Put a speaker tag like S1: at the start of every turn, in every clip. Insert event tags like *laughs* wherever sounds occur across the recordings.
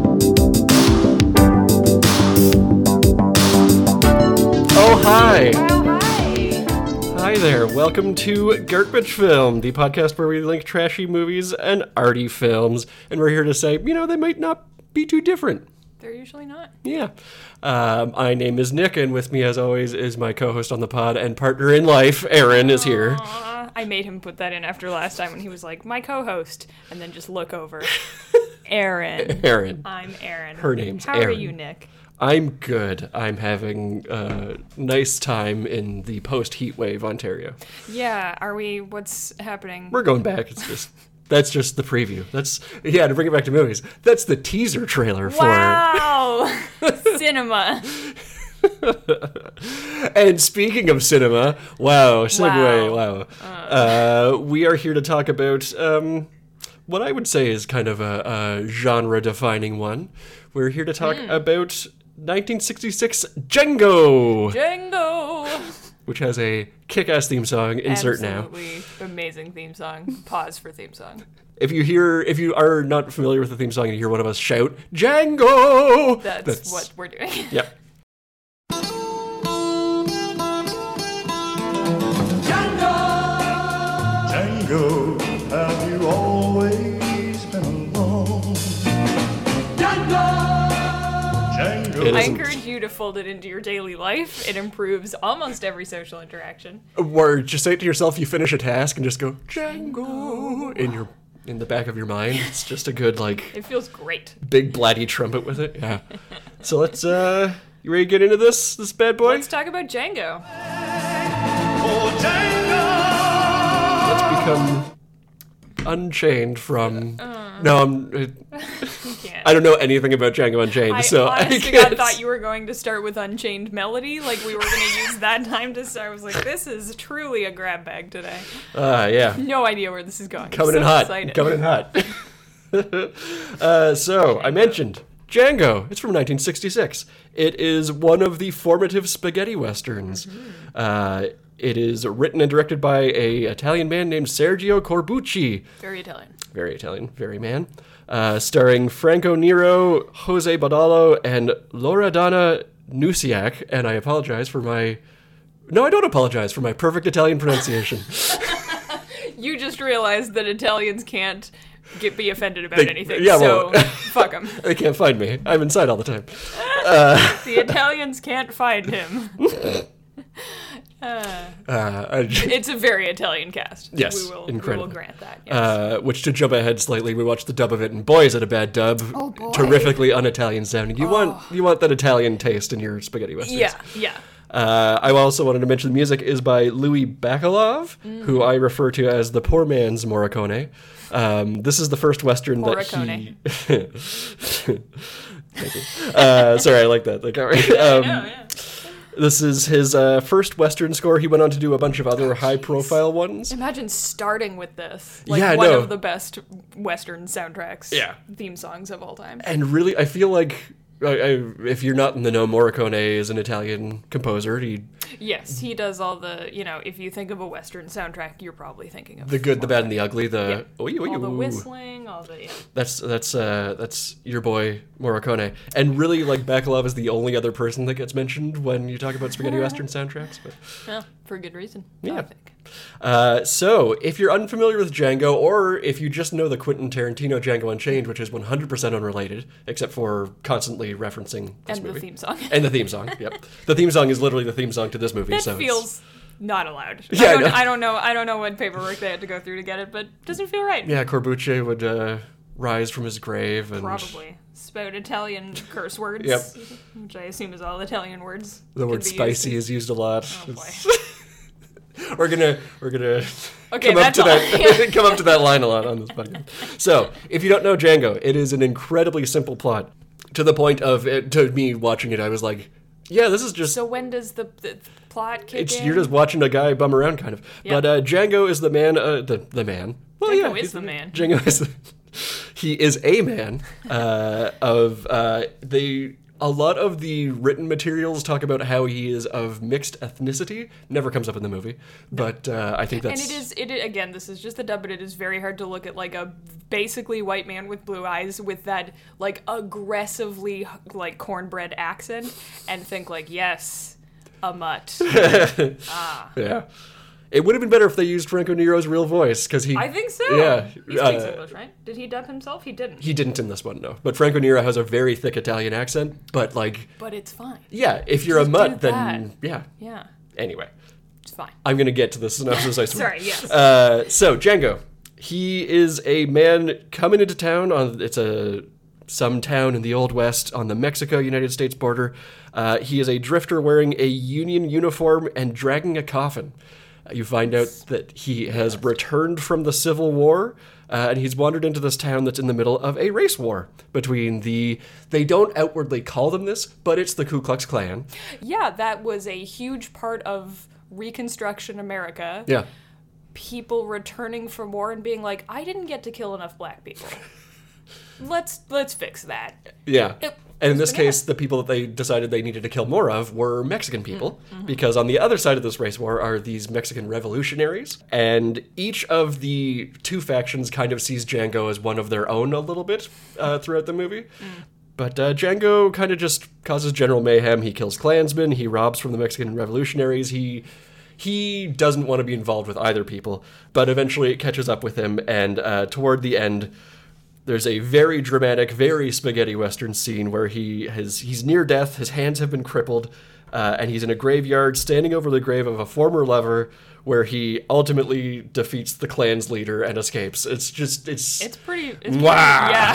S1: Oh, welcome to Gertbitch Film, the podcast where we link trashy movies and arty films, and we're here to say, you know, they might not be too different.
S2: They're usually not.
S1: Yeah. Um, my name is Nick, and with me, as always, is my co-host on the pod and partner in life, Aaron, is here.
S2: Aw, Uh, I made him put that in after last time when he was like, my co host, and then just look over.
S1: *laughs*
S2: Aaron.
S1: Aaron,
S2: I'm Aaron.
S1: Her name's
S2: How are
S1: Erin.
S2: you, Nick?
S1: I'm good. I'm having a nice time in the post-heat wave Ontario.
S2: Yeah, are we? What's happening?
S1: We're going back. It's just that's just the preview. That's yeah. To bring it back to movies, that's the teaser trailer
S2: wow! *laughs*
S1: *laughs*
S2: Cinema.
S1: for. And speaking of cinema, wow, segue, wow. Uh, we are here to talk about um, what I would say is kind of a, a genre-defining one. We're here to talk
S2: Hmm.
S1: about 1966 Django,
S2: Django.
S1: which has a kick-ass theme song. Insert now.
S2: Absolutely amazing theme song. Pause for theme song.
S1: If you hear, if you are not familiar with the theme song and you hear one of us shout Django,
S2: That's, what we're doing.
S1: Yep.
S3: Django, have you always been alone? Django! Django!
S1: It
S2: *laughs* I
S1: is-
S2: encourage you to fold it into your daily life. It improves almost every social interaction.
S1: Or just say it to yourself. You finish a task and just go Django in your in the back of your mind. It's just a good like
S2: It feels great.
S1: big blatty trumpet with it. Yeah. So let's. uh You ready to get into this this bad boy?
S2: Let's talk about Django.
S3: Oh, Django!
S1: Let's become unchained from.
S2: Uh,
S1: no, I'm.
S2: Yeah.
S1: I don't know anything about Django Unchained,
S2: I
S1: so
S2: honest
S1: I
S2: to
S1: can't.
S2: God thought you were going to start with Unchained Melody, like we were going to use that *laughs* time to start. I was like, this is truly a grab bag today.
S1: uh, yeah.
S2: No idea where this is going.
S1: Coming
S2: i
S1: in hot.
S2: Excited.
S1: Coming in hot. *laughs* uh, so I mentioned Django. It's from 1966. It is one of the formative spaghetti westerns. Uh, it is written and directed by a Italian man named Sergio Corbucci.
S2: Very Italian.
S1: Very Italian, very man. Uh, starring Franco Nero, Jose Badalo, and Loredana Nusiak. And I apologize for my. No, I don't apologize for my perfect Italian pronunciation.
S2: You just realized that Italians can't get be offended about
S1: They-
S2: anything.
S1: yeah,
S2: so
S1: well-
S2: *laughs* fuck him.
S1: they can't find me. I'm inside all the time.
S2: The Italians can't find
S1: *laughs*
S2: him. Uh,
S1: Uh, I-
S2: it's a very Italian cast.
S1: Yes,
S2: we will,
S1: incredible.
S2: We will grant that. Yes.
S1: uh, which to jump ahead slightly, we watched the dub of it, and boy, is it a bad dub!
S2: Oh,
S1: Terrifically un-Italian sounding. You want you want that Italian taste in your spaghetti westerns.
S2: yeah, yeah.
S1: Uh, I also wanted to mention the music is by Louis Bacalov,
S2: Mm.
S1: who I refer to as the poor man's Morricone. Um, this is the first western that he. *laughs* Thank you. Uh, sorry, I like that. Like, all right. Um,
S2: Oh, *laughs* yeah.
S1: This is his uh, first Western score. He went on to do a bunch of other high-profile ones.
S2: Imagine starting with this. Like
S1: Yeah, I
S2: one
S1: know.
S2: of the best Western soundtracks,
S1: Yeah.
S2: theme songs of all time.
S1: and really, I feel like I, I, if you're not in the know, Morricone is an Italian composer. He,
S2: Yes, he does all the, you know, if you think of a Western soundtrack, you're probably thinking of
S1: the good, the bad, and the ugly. The oi, oi,
S2: all the
S1: oi.
S2: whistling, all the. Yeah.
S1: That's that's uh, that's your boy Morricone. And really, like Bakalov is the only other person that gets mentioned when you talk about
S2: *laughs*
S1: spaghetti western soundtracks. But
S2: Yeah, for good reason.
S1: Yeah.
S2: I think.
S1: uh, so, if you're unfamiliar with Django, or if you just know the Quentin Tarantino Django Unchained, which is 100% unrelated, except for constantly referencing this
S2: And
S1: movie.
S2: the theme song. *laughs*
S1: and the theme song. Yep, the theme song is literally the theme song to this movie.
S2: That
S1: so it's-
S2: feels not allowed.
S1: Yeah, I
S2: I, don't,
S1: know.
S2: I don't know. I don't know what paperwork they had to go through to get it, but doesn't feel right.
S1: Yeah, Corbucci would uh, rise from his grave and
S2: Probably spout Italian curse words.
S1: Yep.
S2: Which I assume is all Italian words.
S1: the
S2: could
S1: word
S2: be used Oh,
S1: spicy is used a lot.
S2: boy.
S1: It's- *laughs* we're gonna we're gonna
S2: *laughs* Okay,
S1: come up
S2: that's
S1: to
S2: all.
S1: *laughs* that come up to that line a lot on this podcast. So, if you don't know Django, it is an incredibly simple plot to the point of it, to me watching it, I was like, yeah, this is just
S2: So when does the, the plot kick
S1: It's
S2: in?
S1: you're just watching a guy bum around, kind of.
S2: Yeah.
S1: But uh, Django is the man. Uh, the the man. Well,
S2: Django
S1: yeah,
S2: is
S1: he's
S2: the man.
S1: Django is. The, he is a man. Uh, of uh, they. A lot of the written materials talk about how he is of mixed ethnicity. Never comes up in the movie, but uh, I think that's
S2: And it is it i- again. This is just the dub, but it is very hard to look at like a basically white man with blue eyes with that like aggressively like cornbread
S1: *laughs*
S2: accent and think like yes, a mutt.
S1: yeah. It would have been better if they used Franco Nero's real voice because he.
S2: I think so.
S1: Yeah,
S2: He speaks
S1: uh,
S2: English, right? Did he dub himself? He didn't.
S1: He didn't in this one, no. But Franco Nero has a very thick Italian accent. But like,
S2: but it's fine.
S1: yeah, if you're a
S2: Just do
S1: mutt, then yeah.
S2: Yeah,
S1: Anyway,
S2: it's fine.
S1: I'm gonna get to the synopsis. I
S2: *laughs*
S1: swear.
S2: Sorry, yes.
S1: Uh, so Django, he is a man coming into town on it's a some town in the old west on the Mexico United States border. Uh, he is a drifter wearing a Union uniform and dragging a coffin. Uh, You find out that he has returned from the Civil War. Uh, and he's wandered into this town that's in the middle of a race war between the. They don't outwardly call them this, but it's the Ku Klux Klan.
S2: Yeah, that was a huge part of Reconstruction America.
S1: Yeah.
S2: People returning from war and being like, I didn't get to kill enough black
S1: *laughs*
S2: people. let's let's fix that.
S1: Yeah.
S2: Yep.
S1: And in this
S2: Banana.
S1: case, the people that they decided they needed to kill more of were Mexican people, because on the other side of this race war are these Mexican revolutionaries. And each of the two factions kind of sees Django as one of their own a little bit uh, throughout the movie. But uh, Django kind of just causes general mayhem. He kills clansmen, he robs from the Mexican revolutionaries, he. He doesn't want to be involved with either people, but eventually it catches up with him, and uh, toward the end, there's a very dramatic, very spaghetti western scene where he has he's near death, his hands have been crippled, uh, and he's in a graveyard, standing over the grave of a former lover, where he ultimately defeats the clan's leader and escapes. It's just it's
S2: It's
S1: it's,
S2: pretty. It's
S1: Wow.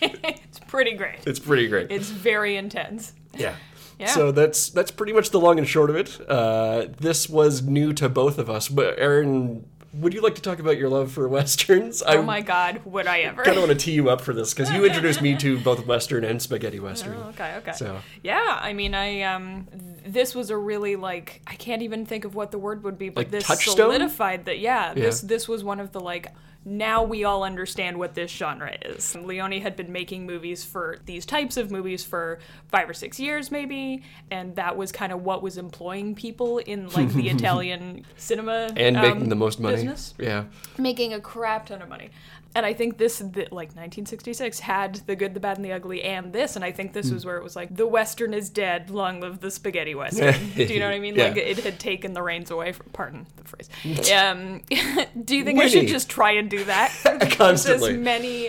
S2: Pretty, yeah. *laughs* it's pretty great.
S1: pretty great.
S2: It's very intense.
S1: yeah.
S2: Yeah.
S1: So that's that's pretty much the long and short of it. Uh, this was new to both of us, but Aaron, would you like to talk about your love for *laughs* westerns?
S2: Oh my God, would I ever?
S1: kind of want to tee you up for this because you introduced me to both western and spaghetti western.
S2: *laughs* Oh, okay, okay.
S1: So-
S2: yeah, I mean, I um, th- this was a really like I can't even think of what the word would be, but
S1: Like
S2: this
S1: touchstone?
S2: solidified that. Yeah, this
S1: Yeah.
S2: this was one of the like now we all understand what this genre is. Leone had been making movies for these types of movies for five or six years maybe, and that was kind of what was employing people in like
S1: *laughs*
S2: the Italian cinema
S1: and
S2: um,
S1: making the most money.
S2: business
S1: Yeah,
S2: making a crap ton of money. And I think this, the, like 1966, had the good, the bad, and the ugly, and this. And I think
S1: Hmm.
S2: this was where it was like, the Western is dead, long live the spaghetti Western. do you know what I mean?
S1: *laughs* Yeah.
S2: Like, it had taken the reins away from, pardon
S1: *laughs*
S2: the phrase. Um, *laughs* do you think I
S1: Winnie.
S2: should just try and do that?
S1: *laughs*
S2: Just
S1: Constantly.
S2: as many.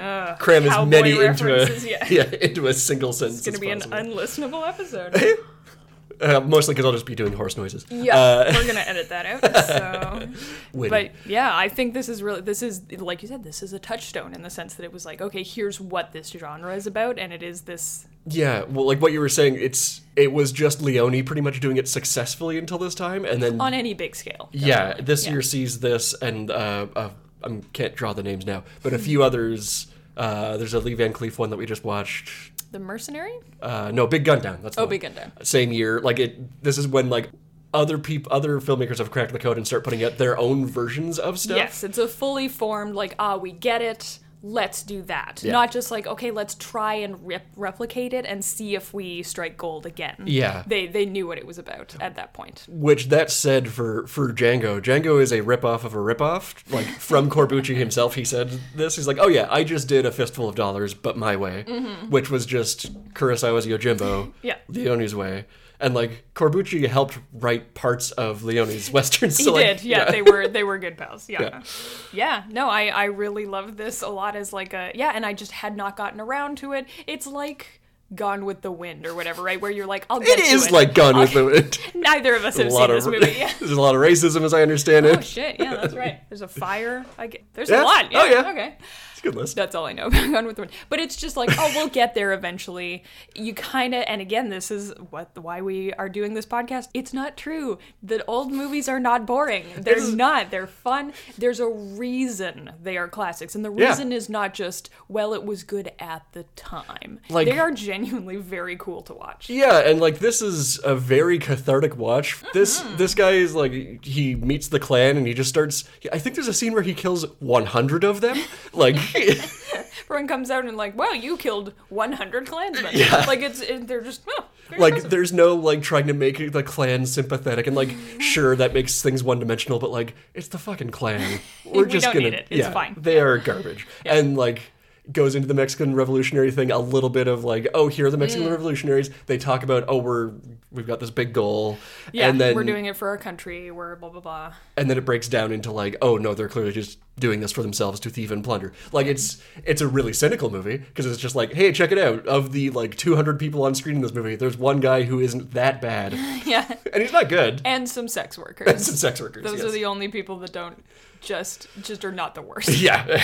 S2: Uh,
S1: cram as
S2: cowboy
S1: many into a *laughs*
S2: references, yeah.
S1: yeah into a single sentence.
S2: It's going to
S1: as
S2: be an
S1: possible.
S2: unlistenable
S1: *laughs*
S2: episode.
S1: uh, mostly because I'll just be doing horse noises.
S2: Yeah,
S1: Uh,
S2: we're gonna edit
S1: *laughs*
S2: that out. So,
S1: Winnie.
S2: but yeah, I think this is really this is like you said, this is a touchstone in the sense that it was like, okay, here's what this genre is about, and it is this.
S1: yeah, well, like what you were saying, it's it was just Leone pretty much doing it successfully until this time, and then
S2: On any big scale,
S1: yeah, this
S2: yeah.
S1: year sees this, and uh, uh, I can't draw the names now, but a few others. Uh, there's a Lee Van Cleef one that we just watched.
S2: the mercenary.
S1: Uh, no, Big Gun Down. That's the
S2: Oh,
S1: one.
S2: Big Gun Down.
S1: Same year. Like it. This is when like other people, other filmmakers have cracked the code and start putting out their own versions of stuff.
S2: Yes, it's a fully formed like, ah, we get it. Let's do that.
S1: Yeah.
S2: Not just like, okay, let's try and rep- replicate it and see if we strike gold again.
S1: Yeah.
S2: They they knew what it was about at that point.
S1: Which that said, for for Django, Django is a ripoff of a ripoff.
S2: *laughs*
S1: Like from Corbucci himself, he said this. He's like, "Oh yeah, I just did a fistful of dollars, but my way," which was just Kurosawa's Yojimbo,
S2: Mm-hmm. *laughs* Yeah.
S1: Leone's way, and like Corbucci helped write parts of Leone's *laughs* westerns.
S2: He
S1: so, like,
S2: did, yeah, They were they were good pals. Yeah. yeah. No, I I really loved this a lot as like a yeah, and I just had not gotten around to it. It's like Gone with the Wind or whatever, right? Where you're like, I'll get
S1: it
S2: to Uh,
S1: is like Gone with the Wind.
S2: Neither of us have
S1: a lot
S2: seen
S1: of
S2: this movie. *laughs* Yeah.
S1: *laughs* there's a lot of racism, as I understand it.
S2: Oh shit, yeah, that's right. There's a fire. I get, there's
S1: Yeah.
S2: a lot. Yeah,
S1: Oh, yeah.
S2: Okay.
S1: It's a *laughs* good list.
S2: That's all I know *laughs* about Gone with the Wind. But it's just like, oh, we'll get there eventually. You kind of, and again, this is what why we are doing this podcast. It's not true. The old movies are not boring. They're
S1: It's-
S2: not. They're fun. There's a reason they are classics, and the
S1: Yeah.
S2: reason is not just well, it was good at the time.
S1: Like-
S2: they are genuinely very cool to watch.
S1: Yeah, and like this is a very cathartic watch. This this guy is like he meets the clan and he just starts. I think there's a scene where he kills 100 of them. Like *laughs*
S2: Everyone comes out and like, wow, you killed
S1: *laughs*
S2: 100 clansmen. Like it's it, they're just oh, very
S1: like
S2: impressive.
S1: there's no like trying to make the clan sympathetic and like sure that makes things one dimensional,
S2: *laughs*
S1: but like it's the fucking clan. We're
S2: We
S1: just
S2: don't
S1: gonna
S2: need it. It's
S1: yeah,
S2: fine.
S1: They are garbage and like. goes into the Mexican Revolutionary thing a little bit of like, oh, here are the Mexican revolutionaries. They talk about, oh, we're we've got this big goal,
S2: Yeah,
S1: and then
S2: we're doing it for our country. We're blah blah blah. *laughs*
S1: and then it breaks down into like, oh no, they're clearly just doing this for themselves to thieve and plunder. Like it's it's a really cynical movie because it's just like, hey, check it out. Of the like 200 people on screen in this movie, there's one guy who isn't that bad,
S2: Yeah,
S1: and he's not good.
S2: and some sex
S1: And
S2: workers.
S1: *laughs* some sex workers.
S2: Those
S1: yes.
S2: are the only people that don't just just are not the worst. *laughs*
S1: *laughs* yeah.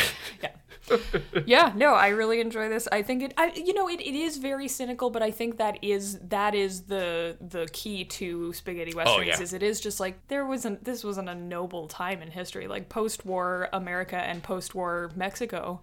S2: yeah, no, I really enjoy this. I think it, I, you know, it, it is very cynical, but I think that is that is the the key to spaghetti westerns.
S1: Oh, yeah.
S2: Is it is just like there wasn't this wasn't a noble time in history, like post war America and post war Mexico.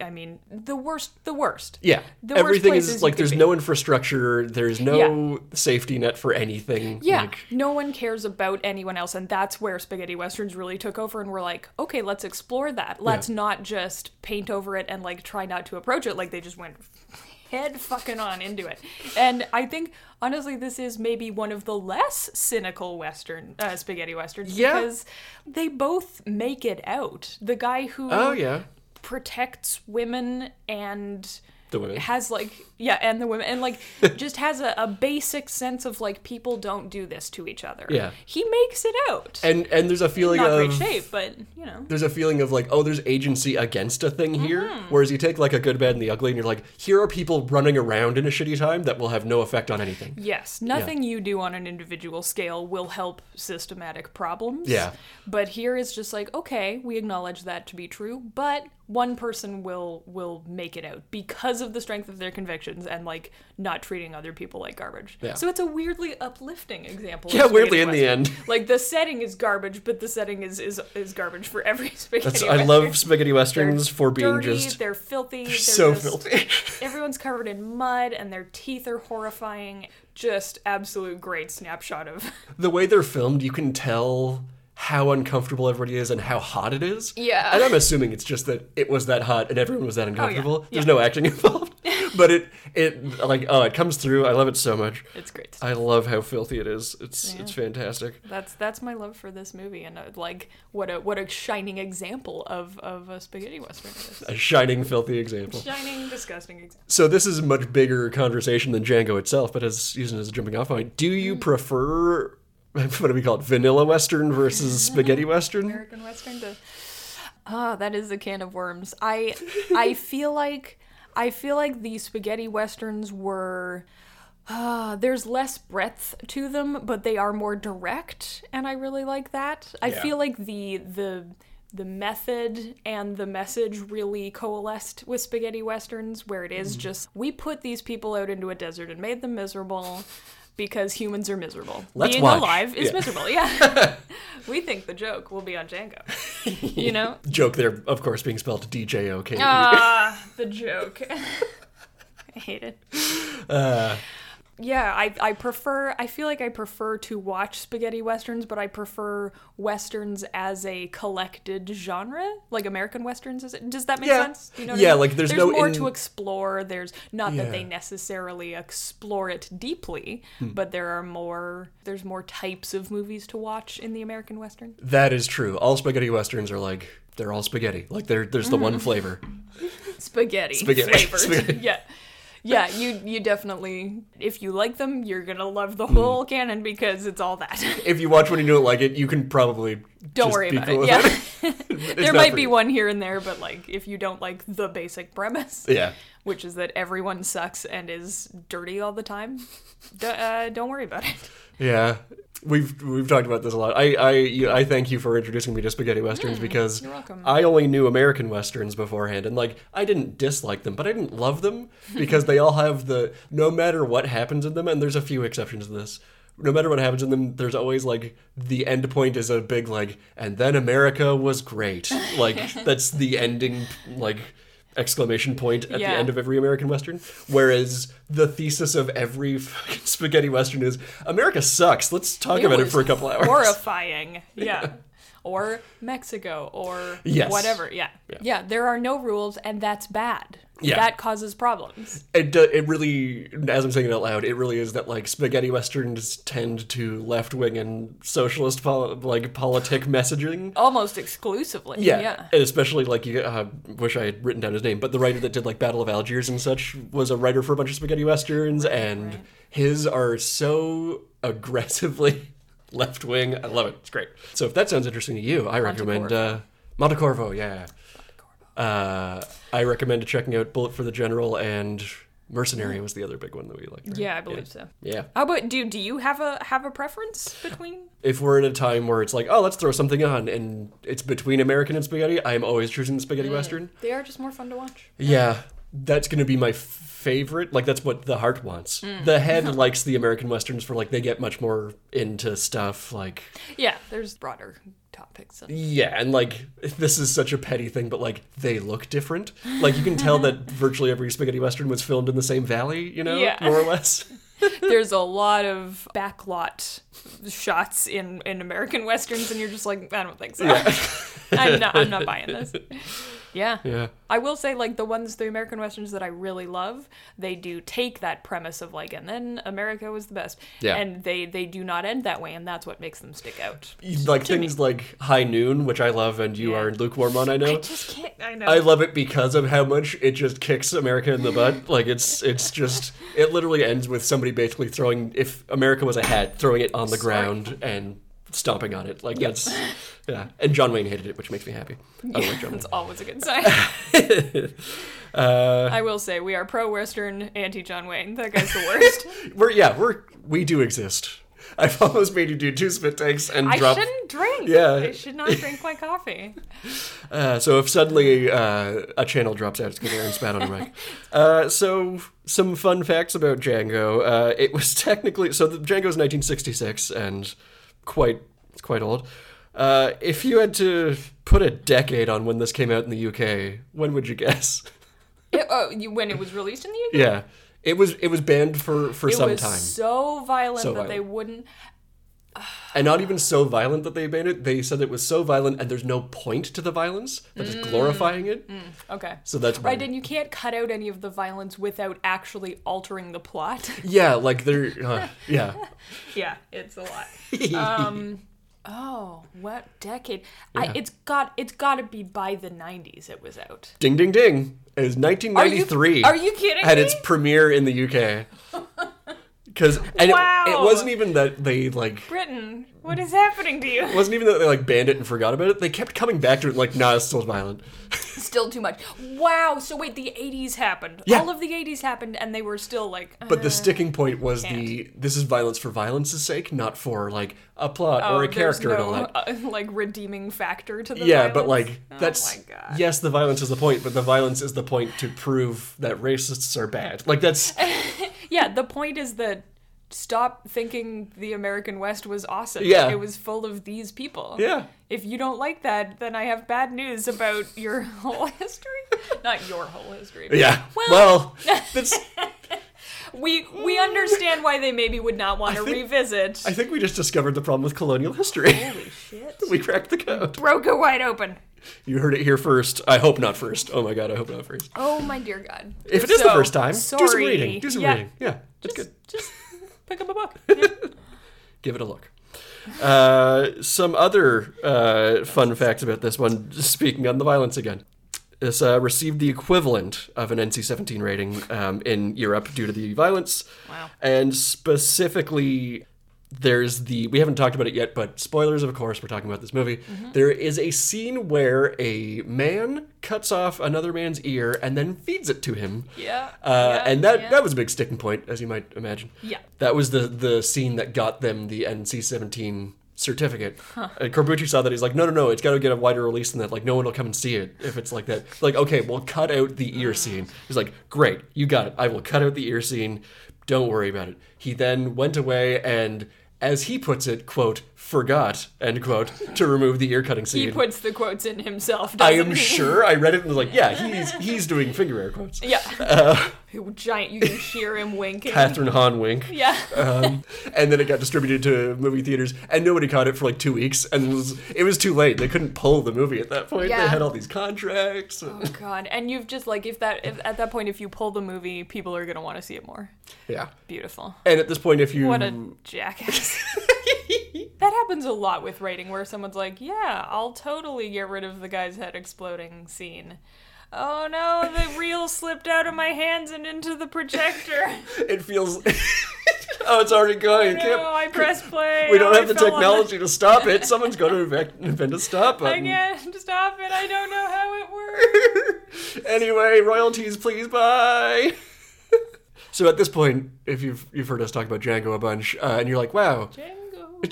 S2: I mean, the worst, the worst.
S1: Yeah.
S2: The worst
S1: Everything is
S2: places you
S1: like
S2: could
S1: there's
S2: be.
S1: no infrastructure, there's no safety net for anything.
S2: Yeah,
S1: Like,
S2: no one cares about anyone else, and that's where spaghetti westerns really took over. And we're like, okay, let's explore that. Let's not just paint over it and like try not to approach it. Like they just went *laughs* head fucking on into it. And I think honestly, this is maybe one of the less cynical western uh, spaghetti westerns
S1: Yeah.
S2: because they both make it out. The guy who
S1: oh yeah.
S2: protects women and
S1: The women.
S2: has like yeah and the women
S1: *laughs*
S2: and like just has a, a basic sense of like people don't do this to each other
S1: Yeah.
S2: he makes it out
S1: and and there's a feeling
S2: not
S1: of
S2: great shape but you know
S1: there's a feeling of like, oh, there's agency against a thing here.
S2: Mm-hmm.
S1: Whereas you take like a good, bad, and the ugly, and you're like, here are people running around in a shitty time that will have no effect on anything.
S2: yes nothing you do on an individual scale will help systematic problems
S1: Yeah.
S2: but here is just like okay we acknowledge that to be true but one person will will make it out because of the strength of their convictions and like not treating other people like garbage
S1: Yeah.
S2: so it's a weirdly uplifting example of
S1: Yeah, weirdly,
S2: spaghetti
S1: in the
S2: western.
S1: end,
S2: Like the setting is garbage, but the setting is is, is garbage for every spaghetti. *laughs*
S1: that's I
S2: western.
S1: love spaghetti westerns
S2: They're
S1: for being
S2: dirty,
S1: just
S2: they're filthy. They're
S1: *laughs* so
S2: just-
S1: filthy. *laughs*
S2: Everyone's covered in mud, and their teeth are horrifying. Just absolute great snapshot of *laughs*
S1: the way they're filmed, you can tell how uncomfortable everybody is and how hot it is.
S2: Yeah.
S1: And I'm assuming it's just that it was that hot and everyone was that uncomfortable. There's
S2: Oh, Yeah.
S1: no acting
S2: *laughs*
S1: involved. but it it like oh, it comes through. I love it so much.
S2: *laughs* it's great.
S1: I love how filthy it is. It's it's fantastic.
S2: That's that's my love for this movie, and uh, like what a what a shining example of of a spaghetti western it
S1: A shining filthy example.
S2: is. Shining, disgusting example.
S1: So this is a much bigger conversation than Django itself, but as using it as a jumping off point, do
S2: Mm.
S1: you prefer *laughs* what do we call it? Vanilla Western
S2: *laughs*
S1: versus spaghetti Western?
S2: American Western to Ah, that is a can of worms. I I feel like I feel like the spaghetti westerns were ah, there's less breadth to them, but they are more direct, and I really like that. I
S1: Yeah.
S2: feel like the the the method and the message really coalesced with spaghetti westerns, where it
S1: Mm-hmm.
S2: is just we put these people out into a desert and made them miserable because humans are miserable.
S1: Let's
S2: Being
S1: watch.
S2: alive is
S1: Yeah.
S2: miserable. Yeah,
S1: *laughs*
S2: we think the joke will be on Django. You know,
S1: Joke there, of course, being spelled D J O K. E.
S2: Ah, the joke. *laughs* I hate it.
S1: Uh,
S2: Yeah, I, I prefer, I feel like I prefer to watch spaghetti westerns, but I prefer westerns as a collected genre, like American westerns. Is it, does that make
S1: Yeah.
S2: sense? Do You know what I
S1: Yeah,
S2: mean?
S1: like, there's no
S2: more
S1: in-
S2: to explore. There's not that they
S1: Yeah. Hmm.
S2: necessarily explore it deeply, but there are more, there's more types of movies to watch in the American western.
S1: That is true. All spaghetti westerns are like they're all spaghetti. Like there, there's the
S2: Mm.
S1: one flavor.
S2: spaghetti,
S1: Spaghetti. *laughs*
S2: flavored.
S1: Spaghetti.
S2: *laughs* Yeah. Yeah, you you definitely if you like them, you're gonna love
S1: Mm.
S2: the whole canon because it's all that. *laughs*
S1: If you watch one and you don't like it, you can probably
S2: Don't
S1: just
S2: worry
S1: be
S2: about
S1: cool with
S2: it.
S1: *laughs*
S2: Yeah. *laughs*
S1: It's
S2: there
S1: not
S2: might
S1: for
S2: be
S1: you.
S2: one here and there, but like if you don't like the basic premise,
S1: Yeah,
S2: which is that everyone sucks and is dirty all the time, d- uh, don't worry about it.
S1: yeah. We've we've talked about this a lot. I I you- I thank you for introducing me to spaghetti westerns because
S2: you're welcome.
S1: I only knew American westerns beforehand, and like I didn't dislike them, but I didn't love
S2: *laughs*
S1: them because they all have the no matter what happens in them, and there's a few exceptions to this. No matter what happens in them, there's always like the end point is a big like, and then America was
S2: *laughs*
S1: great. Like that's the ending like exclamation point at
S2: Yeah.
S1: the end of every American western. Whereas the thesis of every fucking spaghetti western is America sucks. Let's talk about it
S2: was
S1: for a couple hours. *laughs*
S2: Horrifying. Yeah. or Mexico or
S1: Yes.
S2: whatever. Yeah. yeah. there are no rules and that's bad.
S1: Yeah.
S2: That causes problems.
S1: It, do- it really, as I'm saying it out loud, it really is that like spaghetti westerns tend to left wing and socialist pol- like politic messaging.
S2: Almost exclusively.
S1: Yeah.
S2: Yeah.
S1: And especially like you uh, wish I had written down his name, but the writer that did like Battle of Algiers and such was a writer for a bunch of spaghetti westerns, and his are so aggressively *laughs* left wing. I love it. It's great. So if that sounds interesting to you, I recommend uh, Montecorvo. Yeah. Uh, I recommend checking out Bullet for the General and Mercenary was the other big one that we liked. right?
S2: Yeah, I believe so.
S1: Yeah.
S2: How about do do you have a have a preference between
S1: If we're in a time where it's like, oh, let's throw something on, and it's between American and spaghetti, I'm always choosing the
S2: Mm.
S1: spaghetti western.
S2: they are just more fun to watch.
S1: Yeah, that's going to be my f- favorite. Like that's what the heart wants.
S2: Mm.
S1: The head *laughs* likes the American westerns for like they get much more into stuff like
S2: Yeah, there's broader topics. and-
S1: yeah, and like this is such a petty thing, but like they look different. Like you can tell that
S2: *laughs*
S1: virtually every spaghetti western was filmed in the same valley, you know,
S2: Yeah.
S1: more or
S2: *laughs*
S1: less.
S2: *laughs* There's a lot of backlot shots in in American westerns and you're just like I don't think so. *laughs* I'm not I'm not
S1: *laughs*
S2: buying this. Yeah.
S1: Yeah.
S2: I will say, like, the ones, the American Westerns that I really love, they do take that premise of, like, and then America was the best.
S1: Yeah.
S2: And they, they do not end that way, and that's what makes them stick out.
S1: Like things like High Noon, which I love and you
S2: Yeah.
S1: are lukewarm on, I know.
S2: I just can't, I know. *laughs*
S1: I love it because of how much it just kicks America in the
S2: *laughs*
S1: butt. Like it's it's just it literally ends with somebody basically throwing if America was a hat, throwing it on the ground and stomping on it. Like that's yeah. And John Wayne hated it, which makes me happy. I don't like John Wayne.
S2: it's always
S1: *laughs*
S2: a good sign.
S1: Uh,
S2: I will say, we are pro Western, anti John Wayne. That guy's the
S1: *laughs*
S2: worst. *laughs*
S1: We're yeah, we're we do exist. I've *laughs* almost made you do two spit takes and
S2: I
S1: drop.
S2: shouldn't drink.
S1: Yeah.
S2: I should not drink my coffee.
S1: Uh, so if suddenly uh, a channel drops out, it's going to Aaron spat on a
S2: *laughs*
S1: mic. Uh, so some fun facts about Django. Uh, it was *laughs* technically so the Django's 1966 and quite it's quite old. Uh, if you had to put a decade on when this came out in the UK, when would you guess? *laughs*
S2: It- oh, you, when it was released in the UK?
S1: yeah, it was it was banned for for
S2: It
S1: some
S2: was
S1: time,
S2: so violent
S1: So
S2: that they
S1: violent.
S2: wouldn't.
S1: and not even so violent that they banned it. They said it was so violent and there's no point to the violence, they're just glorifying it.
S2: Okay.
S1: So that's
S2: Mm. Right,
S1: when-
S2: and you can't cut out any of the violence without actually altering the plot.
S1: yeah, like they're uh, *laughs* yeah.
S2: *laughs* yeah, it's a lot. *laughs*
S1: *laughs*
S2: Um, Oh, what decade? I, it's got it's got to be by the '90s. It was out.
S1: Ding ding ding. It was 1993.
S2: Are you- are you kidding
S1: Had
S2: me?
S1: its premiere in the UK.
S2: *laughs*
S1: Cuz and it-
S2: Wow.
S1: it, wasn't even that they like
S2: Britain, what is happening to you?
S1: it wasn't even that they like banned it and forgot about it. They kept coming back to it like nah, it's still violent.
S2: *laughs* Still too much. Wow. So wait, the '80s happened.
S1: Yeah.
S2: All of the '80s happened, and they were still like. uh,
S1: But the sticking point was the this is violence for violence's sake, not for like a plot or a
S2: Oh, there's
S1: character and
S2: no,
S1: all that.
S2: *laughs* uh, like redeeming factor to the
S1: yeah, but
S2: violence?
S1: like
S2: Oh
S1: that's
S2: my God.
S1: yes, the violence is the point, but the violence is the point to prove that racists are bad. Like
S2: *laughs*
S1: that's
S2: Yeah, the point is that stop thinking the American West was awesome.
S1: Yeah.
S2: It was full of these people.
S1: Yeah.
S2: If you don't like that, then I have bad news about your *laughs* whole history. Not your whole history. but-
S1: yeah.
S2: Well- *laughs*
S1: Well, that's
S2: We we understand why they maybe would not want to
S1: think-
S2: revisit.
S1: I think we just discovered the problem with colonial history. *laughs*
S2: Shit.
S1: We cracked the code.
S2: Broke it wide open.
S1: You heard it here first. I hope not first. Oh my god, I hope not first.
S2: Oh my dear God.
S1: If it is the
S2: So,
S1: first time,
S2: sorry.
S1: do some reading. Do some
S2: yeah,
S1: reading. Yeah, that's
S2: Just,
S1: good.
S2: just pick up
S1: *laughs*
S2: a book. Yeah.
S1: Give it a look. Uh, some other uh, fun facts about this one, speaking on the violence again. This uh, received the equivalent of an NC 17 rating um, in Europe due to the violence.
S2: Wow.
S1: And specifically, there's the. We haven't talked about it yet, but spoilers, of course, we're talking about this movie.
S2: Mm-hmm.
S1: There is a scene where a man cuts off another man's ear and then feeds it to him.
S2: Yeah,
S1: Uh,
S2: yeah,
S1: and that,
S2: yeah.
S1: that was a big sticking point, as you might imagine.
S2: Yeah.
S1: That was the the scene that got them the NC-17 certificate. And Corbucci saw that he's like, no, no, no, it's got to get a wider release than that. Like, no one will come and see it if it's like that. Like, okay, we'll cut out the
S2: Ah.
S1: ear scene. He's like, great, you got it. I will cut out the ear scene. Don't worry about it. He then went away and, as he puts it, quote, forgot, end quote, to remove the ear cutting scene.
S2: He puts the quotes in himself.
S1: I
S2: doesn't
S1: am *laughs*
S2: he?
S1: sure I read it and was like, yeah, he's he's doing finger air quotes.
S2: *laughs* Yeah. who giant you can hear him winking.
S1: Catherine Hahn wink.
S2: Yeah.
S1: *laughs* Um, and then it got distributed to movie theaters, and nobody caught it for like two weeks, and it was, it was too late. They couldn't pull the movie at that point. They
S2: Yeah. Oh.
S1: had all these contracts. and-
S2: God, and you've just like if that if, at that point if you pull the movie, people are gonna want to see it more.
S1: yeah.
S2: Beautiful.
S1: And at this point, if you
S2: What a
S1: *laughs*
S2: jackass. *laughs* that happens a lot with writing where someone's like, yeah, I'll totally get rid of the guy's head exploding scene. Oh no, the reel slipped out of my hands and into the projector.
S1: it feels oh it's already going *laughs* You can't-
S2: No, I
S1: *laughs*
S2: press play.
S1: we don't
S2: Oh, I
S1: have the
S2: fell on
S1: technology to stop it someone's going to invent, invent a stop
S2: *laughs* I
S1: button
S2: can't stop it. I don't know how it works.
S1: *laughs* anyway royalties please bye *laughs* so at this point if you've you've heard us talk about django a bunch uh, and you're like wow
S2: Django.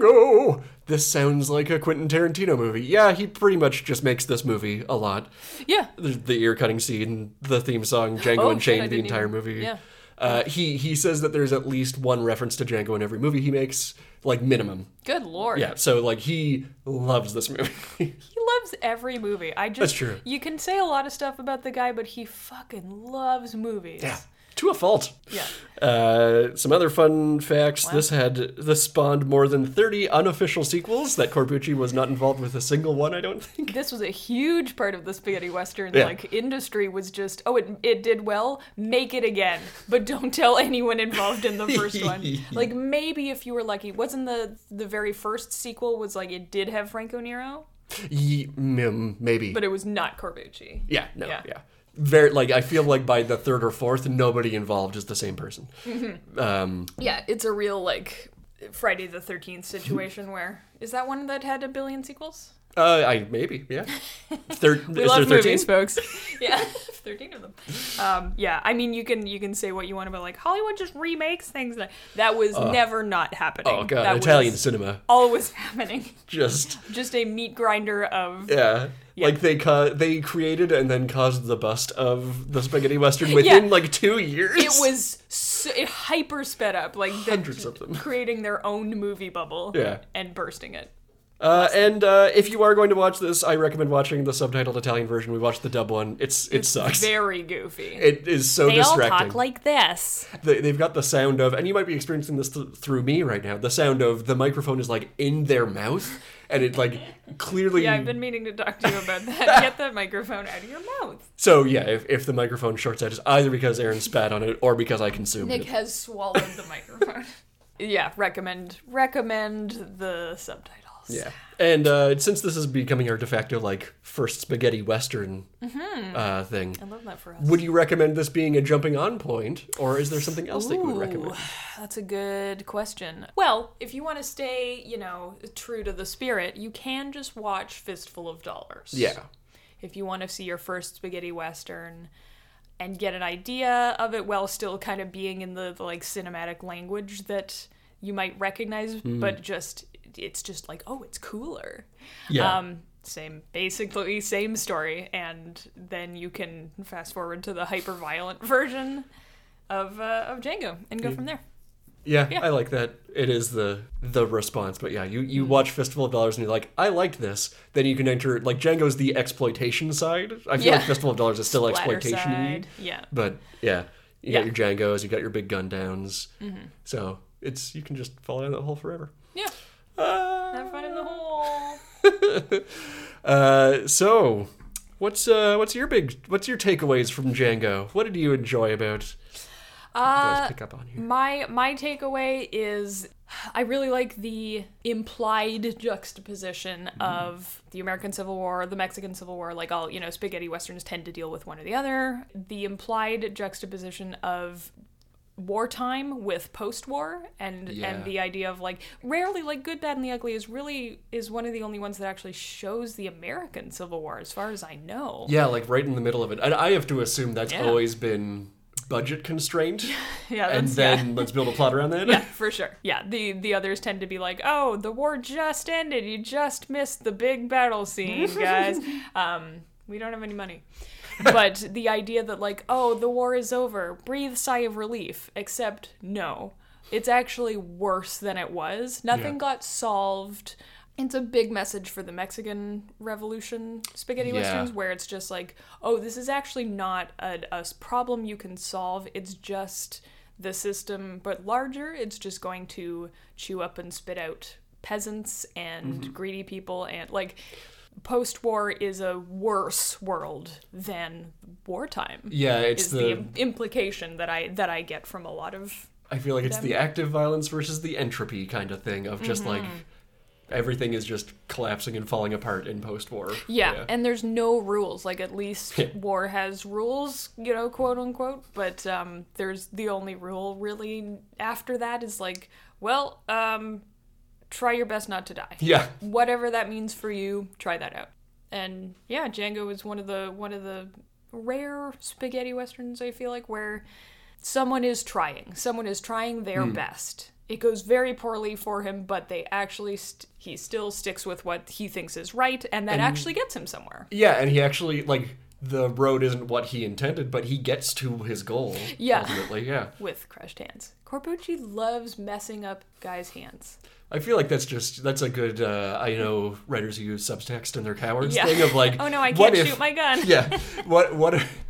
S1: django this sounds like a quentin tarantino movie yeah he pretty much just makes this movie a lot
S2: Yeah.
S1: the, the ear cutting scene, the theme song, Django
S2: Oh, shit, I
S1: Unchained, the
S2: didn't
S1: entire
S2: even-
S1: movie.
S2: yeah.
S1: Uh, he he says that there's at least one reference to Django in every movie he makes, like minimum.
S2: Good lord.
S1: Yeah, so like he loves this
S2: *laughs*
S1: movie.
S2: He loves every movie. I just
S1: That's true.
S2: You can say a lot of stuff about the guy, but he fucking loves movies.
S1: yeah, to a fault.
S2: Yeah.
S1: Uh, some other fun facts: this had this spawned more than 30 unofficial sequels that Corbucci was not involved with a single one. I don't think.
S2: This was a huge part of the spaghetti western
S1: Yeah.
S2: like industry was just oh it it did well make it again but don't tell anyone involved in the first
S1: *laughs*
S2: one like maybe if you were lucky wasn't the the very first sequel was like it did have Franco Nero
S1: Ye- mm, maybe.
S2: but it was not Corbucci
S1: Yeah, no, yeah.
S2: Yeah.
S1: Very like I feel like by the third or fourth, nobody involved is the same
S2: *laughs*
S1: person. Um,
S2: yeah it's a real like Friday the Thirteenth situation where is that one that had a billion sequels
S1: uh, I maybe
S2: *laughs*
S1: yeah. Third,
S2: We
S1: is
S2: love
S1: there 13?
S2: movies, folks. *laughs* yeah, thirteen of them. Um, yeah, I mean, you can you can say what you want about like Hollywood just remakes things. That, that was never not happening.
S1: Uh, Oh god,
S2: that
S1: Italian
S2: was
S1: cinema
S2: always happening. *laughs*
S1: just
S2: Just a meat grinder of
S1: yeah.
S2: Yeah.
S1: Like they ca- they created and then caused the bust of the spaghetti western within
S2: *laughs* Yeah.
S1: like two years.
S2: it was so, it hyper sped up like the,
S1: Hundreds of them.
S2: creating their own movie bubble.
S1: Yeah.
S2: and bursting it.
S1: Uh, and uh, if you are going to watch this, I recommend watching the subtitled Italian version. We watched the dub one. It's it sucks.
S2: Very goofy.
S1: it is so distracting.
S2: like this.
S1: they, they've got the sound of, and you might be experiencing this th- through me right now. The sound of the microphone is like in their mouth, and it like clearly.
S2: Yeah, I've been meaning to talk to you
S1: *laughs*
S2: about that. Get that microphone out of your mouth.
S1: so yeah, if, if the microphone shorts out, it's either because Aaron spat on it or because I consumed
S2: Nick
S1: it.
S2: has swallowed the microphone. *laughs* yeah, recommend recommend the subtitles.
S1: Yeah, and uh, since this is becoming our de facto like first spaghetti western
S2: Mm-hmm.
S1: uh, thing,
S2: I love that for us.
S1: would you recommend this being a jumping on point, or is there something else that you would
S2: Ooh,
S1: recommend?
S2: That's a good question. Well, if you want to stay, you know, true to the spirit, you can just watch Fistful of Dollars.
S1: Yeah,
S2: If you want to see your first spaghetti western and get an idea of it while still kind of being in the, the like cinematic language that you might recognize,
S1: Mm-hmm.
S2: but just it's just like, oh, it's cooler.
S1: yeah.
S2: Um, same, basically same story, and then you can fast forward to the hyper violent *laughs* version of uh, of Django and go from there.
S1: Yeah,
S2: Yeah.
S1: I like that. It is the the response, but yeah, you you
S2: Mm.
S1: watch Fistful of Dollars and you're like, I liked this. Then you can enter like Django's the exploitation side. I feel
S2: Yeah.
S1: like Fistful of Dollars is still
S2: Bladder
S1: exploitation,
S2: side, yeah.
S1: but yeah, you
S2: Yeah. Mm-hmm.
S1: got your Django's, you got your big gun downs. So it's you can just fall down that hole forever.
S2: Yeah,
S1: Uh,
S2: have fun in the hole.
S1: uh, so what's uh what's your big what's your takeaways from Django? What did you enjoy about? what did I
S2: Uh,
S1: pick up on here.
S2: my my takeaway is I really like the implied juxtaposition
S1: Mm-hmm.
S2: of the American Civil War, the Mexican Civil War, like all, you know, spaghetti westerns tend to deal with one or the other. The implied juxtaposition of wartime with post-war and
S1: Yeah.
S2: and the idea of like rarely like good bad and the ugly is really is one of the only ones that actually shows the american civil war as far as i know
S1: Yeah, like right in the middle of it. And I have to assume that's
S2: Yeah.
S1: always been budget
S2: *laughs*
S1: constraint.
S2: *laughs* yeah
S1: and
S2: that's- yeah.
S1: then let's build a plot around that.
S2: *laughs* yeah, for sure. Yeah, the the others tend to be like, "Oh, the war just ended. You just missed the big battle scene, *laughs* guys. um, we don't have any money." *laughs* But the idea that like, "Oh, the war is over. Breathe sigh of relief." Except no. It's actually worse than it was. Nothing
S1: Yeah.
S2: got solved. it's a big message for the Mexican Revolution spaghetti
S1: Yeah.
S2: westerns, where it's just like, oh, this is actually not a, a s- problem you can solve. It's just the system, but larger. It's just going to chew up and spit out peasants and
S1: Mm-hmm.
S2: greedy people, and like, post-war is a worse world than wartime.
S1: Yeah, it's
S2: is the im- implication that I that I get from a lot of
S1: I feel like it's the active violence versus the entropy kind of thing of just like
S2: Mm-hmm.
S1: everything is just collapsing and falling apart in post war.
S2: Yeah, and there's no rules. Like at least
S1: Yeah.
S2: *laughs* war has rules, you know, quote unquote. But um, there's the only rule really after that is like, well, um, try your best not to die.
S1: yeah.
S2: Whatever that means for you, try that out. And yeah, Django is one of the one of the rare spaghetti westerns I feel like where someone is trying. Someone is trying their
S1: Hmm.
S2: best. It goes very poorly for him, but they actually st- he still sticks with what he thinks is right, and that actually gets him somewhere.
S1: Yeah, and he actually like the road isn't what he intended, but he gets to his goal.
S2: Yeah.
S1: Ultimately, yeah.
S2: With crushed hands, Corbucci loves messing up guys' hands.
S1: I feel like that's just that's a good uh, I know writers who use subtext and they're cowards
S2: Yeah.
S1: thing of like
S2: *laughs* Oh no, I
S1: what
S2: can't
S1: if-
S2: shoot my gun.
S1: Yeah. What what if-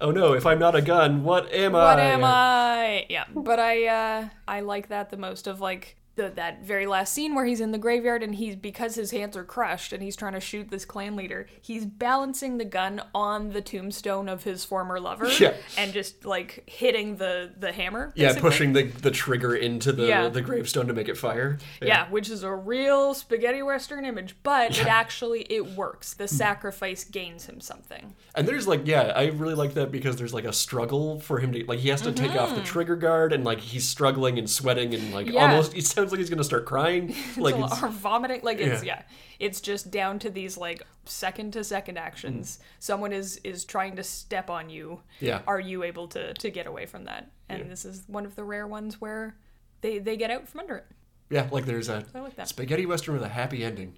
S1: Oh no, if I'm not a gun, what am I?
S2: What am I? Yeah, but I uh, I like that the most of like the that very last scene where he's in the graveyard and he's because his hands are crushed and he's trying to shoot this clan leader. He's balancing the gun on the tombstone of his former lover
S1: *laughs* Yeah.
S2: and just like hitting the the hammer.
S1: Yeah,
S2: basically.
S1: pushing the, the trigger into the,
S2: Yeah.
S1: the gravestone to make it fire.
S2: Yeah, which is a real spaghetti western image, but it actually it works. The sacrifice gains him something.
S1: And there's like, yeah, I really like that because there's like a struggle for him to like he has to take off the trigger guard and like he's struggling and sweating and like
S2: Mm-hmm. Yeah.
S1: almost it sounds like he's gonna start
S2: *laughs*
S1: crying. like
S2: People
S1: it's,
S2: are vomiting. Like it's
S1: Yeah.
S2: yeah. it's just down to these like second to second actions. Someone is is trying to step on you.
S1: Mm-hmm. Yeah.
S2: are you able to to get away from that? And this is one of the rare ones where they they get out from under it.
S1: yeah, like there's a
S2: I like that.
S1: spaghetti western with a happy ending.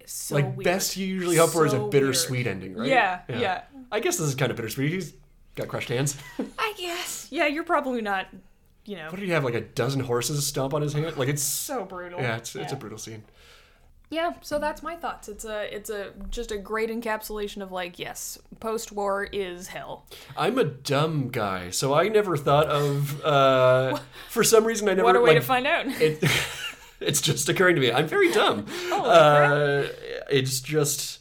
S2: It's so
S1: like
S2: weird.
S1: best you usually hope for is a
S2: So
S1: bittersweet
S2: weird.
S1: ending, right?
S2: Yeah, yeah.
S1: I guess this is kind of bittersweet. He's got crushed hands. *laughs*
S2: I guess. Yeah, you're probably not. You know,
S1: what do you have? Like a dozen horses stomp on his hand? Like it's
S2: so brutal.
S1: yeah, it's it's a
S2: Yeah.
S1: brutal scene.
S2: Yeah, so that's my thoughts. It's a it's a just a great encapsulation of like yes, post war is hell.
S1: I'm a dumb guy, so I never thought of.
S2: *laughs*
S1: Uh, for some reason, I never.
S2: What a way
S1: like,
S2: to find out.
S1: it *laughs* it's just occurring to me. I'm very dumb.
S2: Oh,
S1: uh, it's just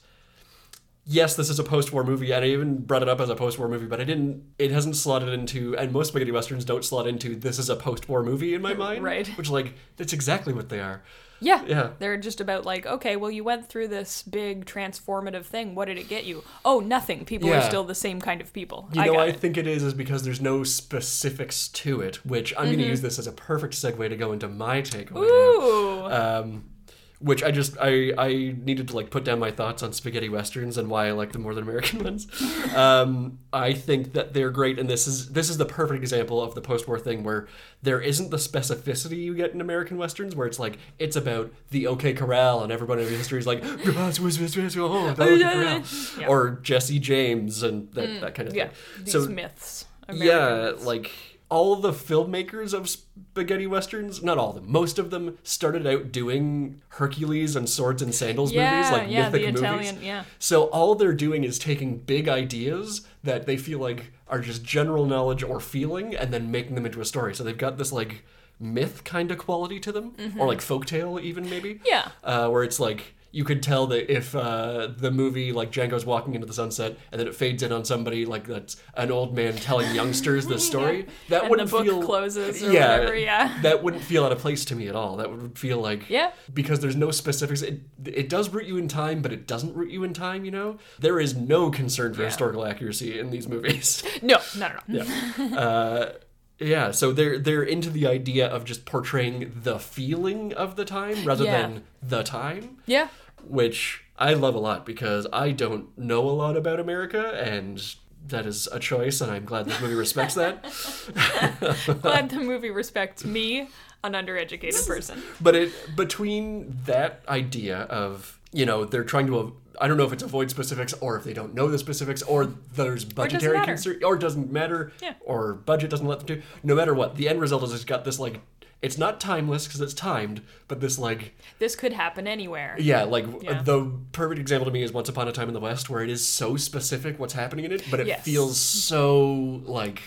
S1: yes, this is a post-war movie, and I even brought it up as a post-war movie, but I didn't. It hasn't slotted into, and most spaghetti westerns don't slot into. This is a post-war movie
S2: *laughs*
S1: in my mind,
S2: Right.
S1: Which like that's exactly what they are.
S2: Yeah.
S1: Yeah.
S2: They're just about like, okay, well, you went through this big transformative thing. What did it get you? Oh, nothing. People
S1: Yeah.
S2: are still the same kind of people.
S1: You
S2: I
S1: know,
S2: got
S1: I
S2: it.
S1: think it is is because there's no specifics to it, which I'm going to use this as a perfect segue to go into my takeaway. now.
S2: Mm-hmm. Ooh.
S1: um, which I just I I needed to like put down my thoughts on spaghetti westerns and why I like the more than American *laughs* ones. Um, I think that they're great, and this is this is the perfect example of the post-war thing where there isn't the specificity you get in American westerns, where it's like it's about the OK Corral and everybody in history is like *laughs* "Oh, the OK Corral,"
S2: *laughs* Yeah. Mm.
S1: or Jesse James and that, that kind of
S2: yeah.
S1: thing.
S2: These
S1: so
S2: myths.
S1: yeah,
S2: American myths.
S1: like all the filmmakers of spaghetti westerns, not all of them, most of them started out doing Hercules and Swords and Sandals movies,
S2: Yeah,
S1: like
S2: yeah,
S1: mythic
S2: the
S1: movies.
S2: Italian-
S1: *laughs*
S2: yeah.
S1: So all they're doing is taking big ideas that they feel like are just general knowledge or feeling and then making them into a story. So they've got this like myth kind of quality to them, or like folktale even maybe.
S2: Mm-hmm. Yeah.
S1: Uh, where it's like you could tell that if uh, the movie like Django's walking into the sunset and then it fades in on somebody like that's an old man telling youngsters this
S2: *laughs*
S1: story, that
S2: And
S1: wouldn't
S2: the book
S1: feel
S2: closes or whatever, yeah.
S1: that wouldn't feel out of place to me at all. That would feel like
S2: Yeah.
S1: because there's no specifics. It it does root you in time, but it doesn't root you in time. You know, there is no concern for historical accuracy in these movies. *laughs* Uh,
S2: no, no, no, no.
S1: Yeah, so they're they're into the idea of just portraying the feeling of the time rather
S2: Yeah.
S1: than the time,
S2: Yeah.
S1: which I love a lot because I don't know a lot about America and that is a choice and I'm glad this movie respects
S2: *laughs*
S1: that. *laughs*
S2: Glad the movie respects me, an undereducated person.
S1: But it between that idea of, you know, they're trying to av- I don't know if it's avoid specifics or if they don't know the specifics or there's budgetary
S2: matter.
S1: concern or it doesn't matter
S2: Yeah.
S1: or budget doesn't let them do. No matter what, the end result is it's got this like It's not timeless because it's timed, but this like
S2: This could happen anywhere.
S1: yeah, like w-
S2: Yeah.
S1: the perfect example to me is Once Upon a Time in the West, where it is so specific what's happening in it, but it
S2: Yes.
S1: feels so like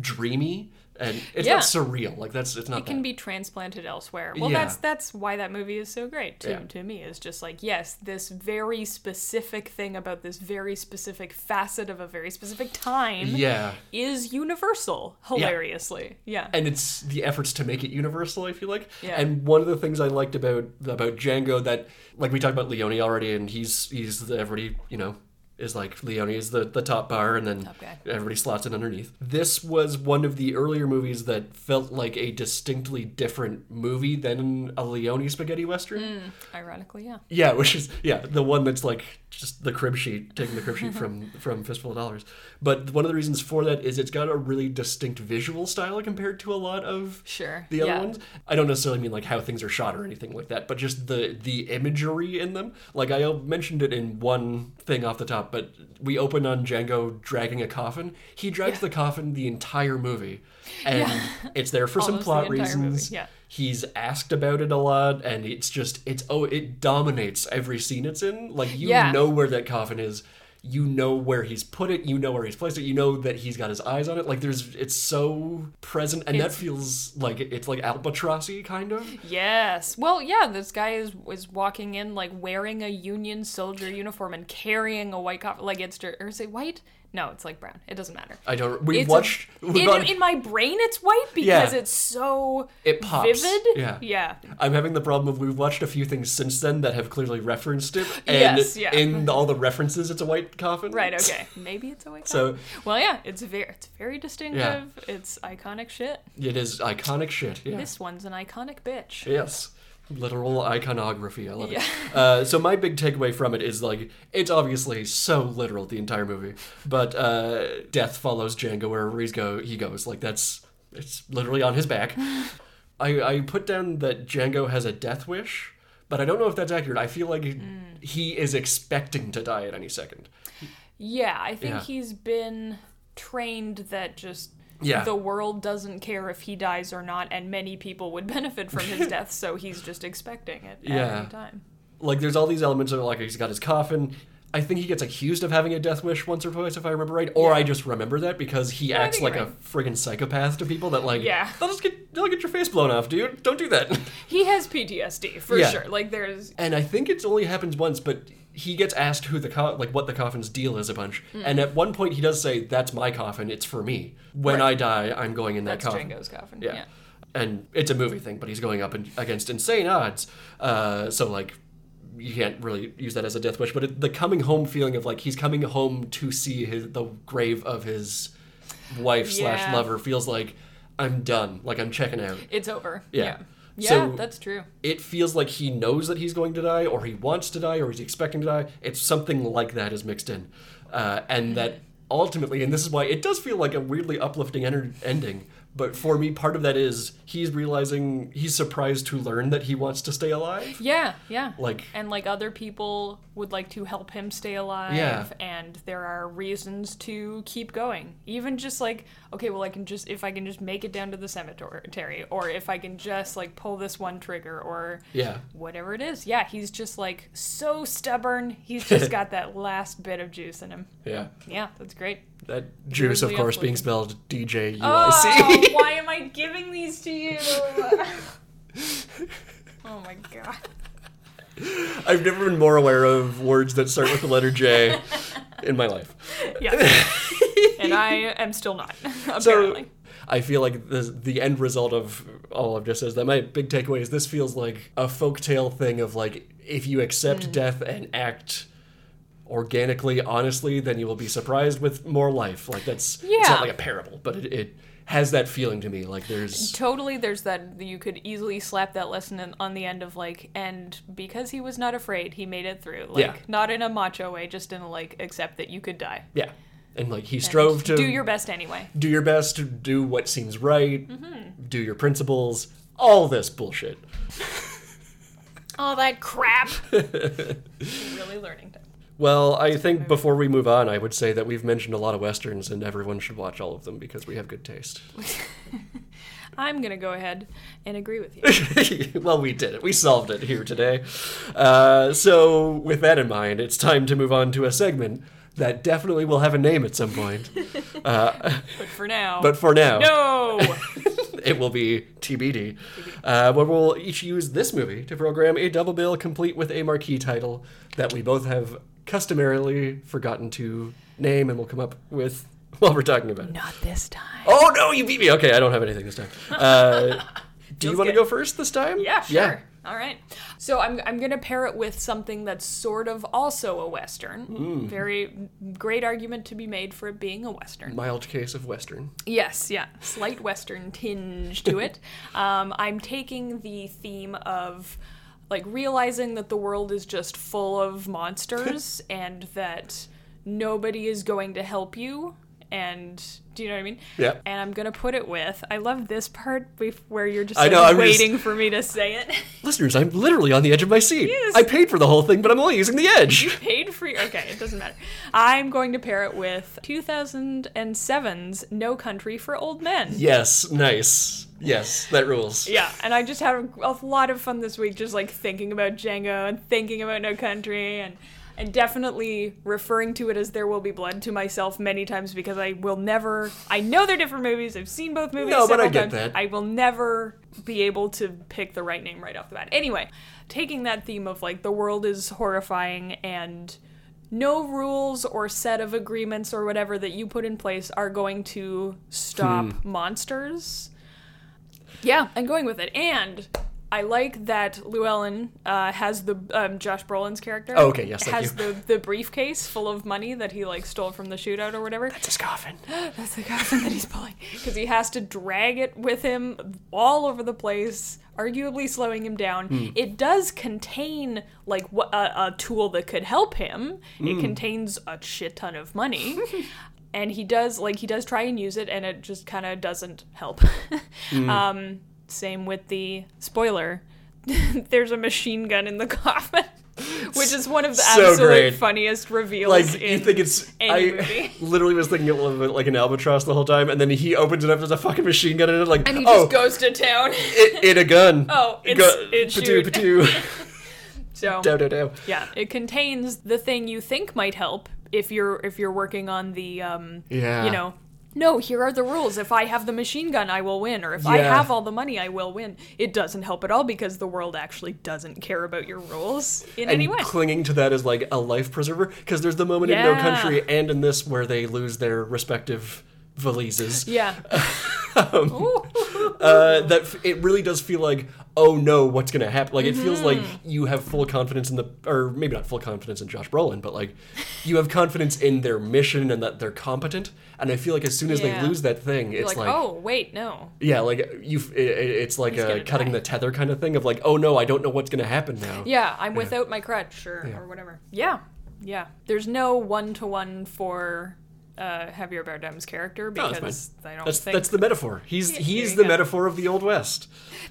S1: dreamy and it's
S2: Yeah.
S1: not surreal. Like that's it's not
S2: It can
S1: that.
S2: be transplanted elsewhere. Well,
S1: Yeah.
S2: that's that's why that movie is so great to,
S1: Yeah.
S2: to me. Is just like yes, this very specific thing about this very specific facet of a very specific time
S1: yeah.
S2: is universal. Hilariously, yeah.
S1: and it's the efforts to make it universal. I feel like,
S2: Yeah.
S1: and one of the things I liked about about Django that, like we talked about Leone already, and he's he's the everybody you know is like Leone is the the top bar, and then
S2: guy.
S1: everybody slots in underneath. This was one of the earlier movies that felt like a distinctly different movie than a Leone spaghetti western.
S2: Hmm. Ironically, yeah.
S1: Yeah, which is yeah, the one that's like just the crib sheet, taking the crib sheet from
S2: *laughs*
S1: from Fistful of Dollars. But one of the reasons for that is it's got a really distinct visual style compared to a lot of
S2: Sure,
S1: the other
S2: yeah.
S1: ones. I don't necessarily mean like how things are shot or anything like that, but just the the imagery in them. Like I mentioned it in one thing off the top, but we open on Django dragging a coffin. He drags the coffin the entire movie, and it's there
S2: *laughs*
S1: for some
S2: Almost the
S1: plot
S2: entire movie,
S1: reasons
S2: yeah.
S1: he's asked about it a lot and it's just it's oh it dominates every scene it's in like you
S2: Yeah.
S1: know where that coffin is you know where he's put it you know where he's placed it you know that he's got his eyes on it like there's it's so present and that
S2: It's-
S1: feels like it's like albatrossy kind of
S2: Yes. Well, yeah, this guy is is walking in like wearing a Union soldier uniform and carrying a white coffin. Like it's dir- or is it white? No, it's like brown. It doesn't matter.
S1: i don't we
S2: It's a-
S1: watched we
S2: in,
S1: got-
S2: in my brain, it's white because
S1: Yeah.
S2: it's so
S1: It pops.
S2: vivid.
S1: Yeah.
S2: Yeah.
S1: I'm having the problem of we've watched a few things since then that have clearly referenced it, and
S2: Yes, yeah.
S1: in all the references, it's a white coffin.
S2: Right. Okay. Maybe it's a white.
S1: So-
S2: coffin. well, yeah, it's very it's very distinctive. It's iconic shit.
S1: It is iconic shit. Yeah.
S2: This one's an iconic bitch.
S1: Yes. Literal iconography. I love it. Uh, so my big takeaway from it is like it's obviously so literal the entire movie, but uh, death follows Django wherever he's go he goes. Like that's it's literally on his back. I, I put down that Django has a death wish, but I don't know if that's accurate. I feel like he is expecting to die at any second.
S2: Yeah, I think
S1: Yeah.
S2: he's been trained that just
S1: Yeah.
S2: the world doesn't care if he dies or not, and many people would benefit from
S1: *laughs*
S2: his death, so he's just expecting it at
S1: Yeah.
S2: any time.
S1: like there's all these elements of like he's got his coffin. I think he gets accused of having a death wish once or twice, if I remember right, or I just remember that because he acts
S2: think
S1: like
S2: you're
S1: a friggin' psychopath to people that like,
S2: Yeah.
S1: they'll just get they'll get your face blown off, dude. Don't do
S2: *laughs*
S1: that.
S2: He has PTSD for
S1: Yeah.
S2: sure. Like there's
S1: and I think it only happens once, but he gets asked who the co- like what the coffin's deal is a bunch,
S2: Mm.
S1: and at one point he does say, "That's my coffin. It's for me. When I die, I'm going in that
S2: that's
S1: coffin."
S2: Django's coffin.
S1: Yeah. And it's a movie thing, but he's going up in, against insane odds. Uh, so, like, you can't really use that as a death wish, but it, the coming home feeling of, like, he's coming home to see his, the grave of his wife slash
S2: Yeah.
S1: lover feels like, I'm done. Like, I'm checking out.
S2: It's over.
S1: Yeah.
S2: Yeah,
S1: So-
S2: that's true.
S1: It feels like he knows that he's going to die, or he wants to die, or he's expecting to die. It's something like that is mixed in. Uh, and that ultimately, and this is why it does feel like a weirdly uplifting enter- ending. But for me, part of that is he's realizing he's surprised to learn that he wants to stay alive.
S2: Yeah, yeah.
S1: Like-
S2: and like other people would like to help him stay alive
S1: Yeah.
S2: and there are reasons to keep going. Even just like, okay, well I can just if I can just make it down to the cemetery or if I can just like pull this one trigger or
S1: Yeah.
S2: whatever it is. Yeah, he's just like so stubborn. He's
S1: *laughs*
S2: just got that last bit of juice in him.
S1: Yeah.
S2: Yeah, that's great.
S1: That juice, of
S2: Weirdly
S1: course, being
S2: uplifting.
S1: spelled D J U
S2: Oh,
S1: I C.
S2: why am I giving these
S1: *laughs*
S2: to you? oh my god. Oh!
S1: *laughs* I've never been more aware of words that start with the letter J
S2: *laughs*
S1: in my life. *laughs*
S2: Yes. and I am still not, *laughs* apparently.
S1: So I feel like the the end result of all I've just said is that my big takeaway is this feels like a folktale thing of like if you
S2: Hmm.
S1: accept death and act organically, honestly, then you will be surprised with more life. Like that's it's
S2: Yeah.
S1: not like a parable, but it, it has that feeling to me. Like there's
S2: totally, there's that, you could easily slap that lesson in, on the end of like, and because he was not afraid, he made it through. Like,
S1: Yeah.
S2: not in a macho way, just in a like, accept that you could die.
S1: yeah, and like he strove to
S2: Do your best anyway.
S1: do your best to do what seems right,
S2: Mm-hmm.
S1: do your principles, all this bullshit.
S2: All
S1: *laughs*
S2: that crap. really learning time.
S1: Well, I think before we move on, I would say that we've mentioned a lot of westerns, and everyone should watch all of them because we have good taste.
S2: I'm going to go ahead and agree with
S1: *laughs*
S2: you.
S1: well, we did it. We solved it here today. Uh, so, with that in mind, it's time to move on to a segment that definitely will have a name at some point.
S2: But for now.
S1: But for now,
S2: no!
S1: *laughs* it will be TBD, uh, where we'll each use this movie to program a double bill complete with a marquee title that we both have customarily forgotten to name and will come up with while we're talking about it.
S2: Not this time.
S1: Oh no, you beat me. Okay, I don't have anything this time.
S2: *laughs*
S1: Uh, do you
S2: Feels
S1: want to
S2: good.
S1: go first this time?
S2: Yeah, sure. All right. So I'm, I'm going to pair it with something that's sort of also a Western.
S1: Mm.
S2: Very great argument to be made for it being a Western.
S1: Mild case of Western.
S2: Yes, yeah, slight Western tinge
S1: *laughs*
S2: to it. Um, I'm taking the theme of like realizing that the world is just full of monsters
S1: *laughs*
S2: and that nobody is going to help you. And do you know what I mean?
S1: Yeah.
S2: And I'm gonna put it with. I love this part bef- where you're just
S1: I know,
S2: like,
S1: I'm just-
S2: waiting for me to say it. *laughs*
S1: Listeners, I'm literally on the edge of my seat.
S2: Yes.
S1: I paid for the whole thing, but I'm only using the edge.
S2: *laughs* Paid free. Okay, it doesn't matter. I'm going to pair it with 2007's No Country for Old Men.
S1: Yes, nice. Yes, that rules.
S2: *laughs* Yeah, and I just had a lot of fun this week, just like thinking about Django and thinking about No Country, and and definitely referring to it as There Will Be Blood to myself many times because I will never. I know they're different movies. I've seen both movies.
S1: No, but I
S2: several
S1: get
S2: times.
S1: that.
S2: I will never be able to pick the right name right off the bat. Anyway, taking that theme of like the world is horrifying and no rules or set of agreements or whatever that you put in place are going to stop
S1: Hmm.
S2: monsters. Yeah, I'm going with it. And I like that Llewellyn uh, has the um, Josh Brolin's character.
S1: Oh, okay, yes, thank
S2: has
S1: you.
S2: the the briefcase full of money that he like stole from the shootout or whatever.
S1: It's his coffin.
S2: That's the coffin that he's pulling because he has to drag it with him all over the place, arguably slowing him down.
S1: Hmm.
S2: It does contain like wha- a, a tool that could help him.
S1: Hmm.
S2: It contains a shit ton
S1: *laughs*
S2: of money. And he does like he does try and use it, and it just kind of doesn't help. *laughs*
S1: Hmm.
S2: um, same with the spoiler. *laughs* There's a machine gun in the *laughs* coffin, which is one of the
S1: So
S2: absolute
S1: great.
S2: funniest reveals.
S1: Like
S2: in
S1: you think it's
S2: any
S1: I *laughs*
S2: movie.
S1: literally was thinking of it like an albatross the whole time, and then he opens it up. There's a fucking machine gun in it. Like
S2: and he
S1: oh,
S2: just goes to
S1: *laughs*
S2: town.
S1: it, it a gun.
S2: Oh, it's- it
S1: patoo,
S2: shoot. *laughs*
S1: patoo.
S2: So
S1: dow dow dow.
S2: yeah, it contains the thing you think might help if you're if you're working on the um
S1: Yeah.
S2: you know no here are the rules if I have the machine gun I will win or if I
S1: Yeah.
S2: have all the money I will win. It doesn't help at all because the world actually doesn't care about your rules in
S1: And
S2: any way.
S1: clinging to that as like a life preserver, because there's the moment in No
S2: Yeah.
S1: Country and in this where they lose their respective valises. *laughs*
S2: yeah. Ooh.
S1: uh, that f- it really does feel like oh no what's gonna happen like it feels like
S2: Mm-hmm.
S1: you have full confidence in the or maybe not full confidence in josh brolin but like you have confidence in their mission and that they're competent and i feel like as soon as
S2: Yeah.
S1: they lose that thing it's
S2: like,
S1: like,
S2: oh wait no
S1: yeah like you it, it- it's like
S2: He's
S1: a
S2: gonna
S1: cutting
S2: die.
S1: the tether kind of thing of like oh no i don't know what's gonna happen now
S2: yeah I'm without my crutch or, or whatever yeah yeah there's no one to one for uh, Javier Bardem's character
S1: No, that's
S2: because
S1: fine.
S2: I don't
S1: that's,
S2: think
S1: that's the metaphor. He's he's
S2: you
S1: the
S2: go.
S1: metaphor of the old west,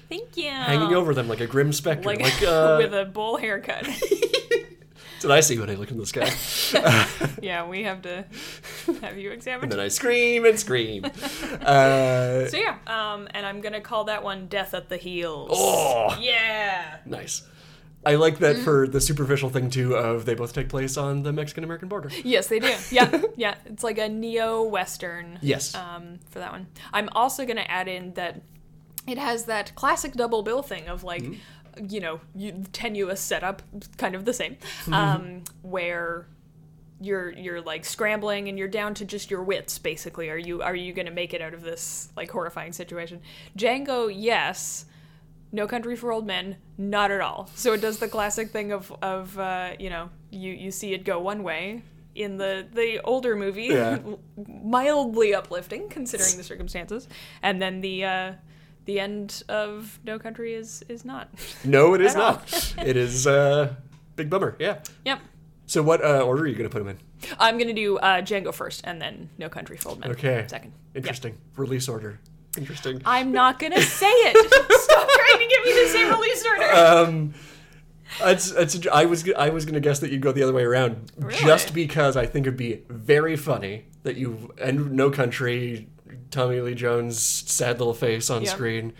S2: thank you
S1: hanging over them like a grim specter. Like,
S2: Oh. like, *laughs*
S1: uh,
S2: with a bowl
S1: *laughs*
S2: haircut.
S1: did I see when I look in the sky?
S2: yeah, we have to have you
S1: and
S2: examined.
S1: then I scream and scream. uh,
S2: So yeah, um, and I'm gonna call that one "Death at the Heels."
S1: oh.
S2: Yeah,
S1: Nice. I like that for the superficial thing too of they both take place on the Mexican American border.
S2: yes, they *laughs* do. Yeah, yeah, it's like a neo-western.
S1: Yes.
S2: Um, for that one, I'm also gonna add in that it has that classic double bill thing of like.
S1: Mm-hmm.
S2: You know, you, tenuous setup, kind of the same, um, where you're you're like scrambling and you're down to just your wits basically are you are you going to make it out of this like horrifying situation django yes no country for old men not at all so it does the classic thing of of uh, you know you you see it go one way in the the older movie
S1: Yeah.
S2: *laughs* mildly uplifting considering the circumstances and then the uh the end of no country is is not
S1: no, it is
S2: At all.
S1: not. it is uh, big bummer. Yeah.
S2: yep
S1: So what uh, order are you going to put them in?
S2: i'm gonna do uh django first and then no country for old men
S1: Okay.
S2: second Yep.
S1: Interesting. Release order. Interesting.
S2: I'm not gonna say it. *laughs* Stop trying to give me the same release order.
S1: um, that's, that's, I was I was going to guess that you'd go the other way around,
S2: Really?
S1: just because I think it'd be very funny that you and No Country Tommy Lee Jones' sad little face on
S2: Yep.
S1: screen.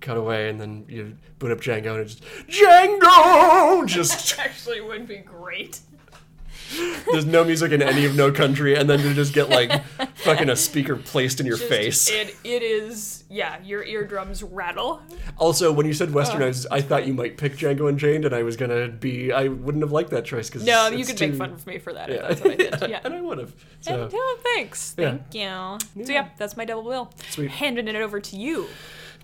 S1: Cut away, and then you boot up Django, and it's just Django. Just
S2: *laughs* Actually, would be great.
S1: there's no music in any of No Country, and then you just get like
S2: *laughs*
S1: fucking a speaker placed in your
S2: Just-
S1: face.
S2: It it is yeah. Your eardrums rattle.
S1: Also, when you said westernized, I thought you might pick Django Unchained, and I was gonna be. I wouldn't have liked that choice because
S2: No, you could make fun of me for that. if That's what I *laughs* did. Yeah.
S1: and I would have.
S2: And,
S1: So,
S2: oh, thanks.
S1: Yeah.
S2: Thank you. So yeah, that's my double bill.
S1: Sweet.
S2: Handing it over to you.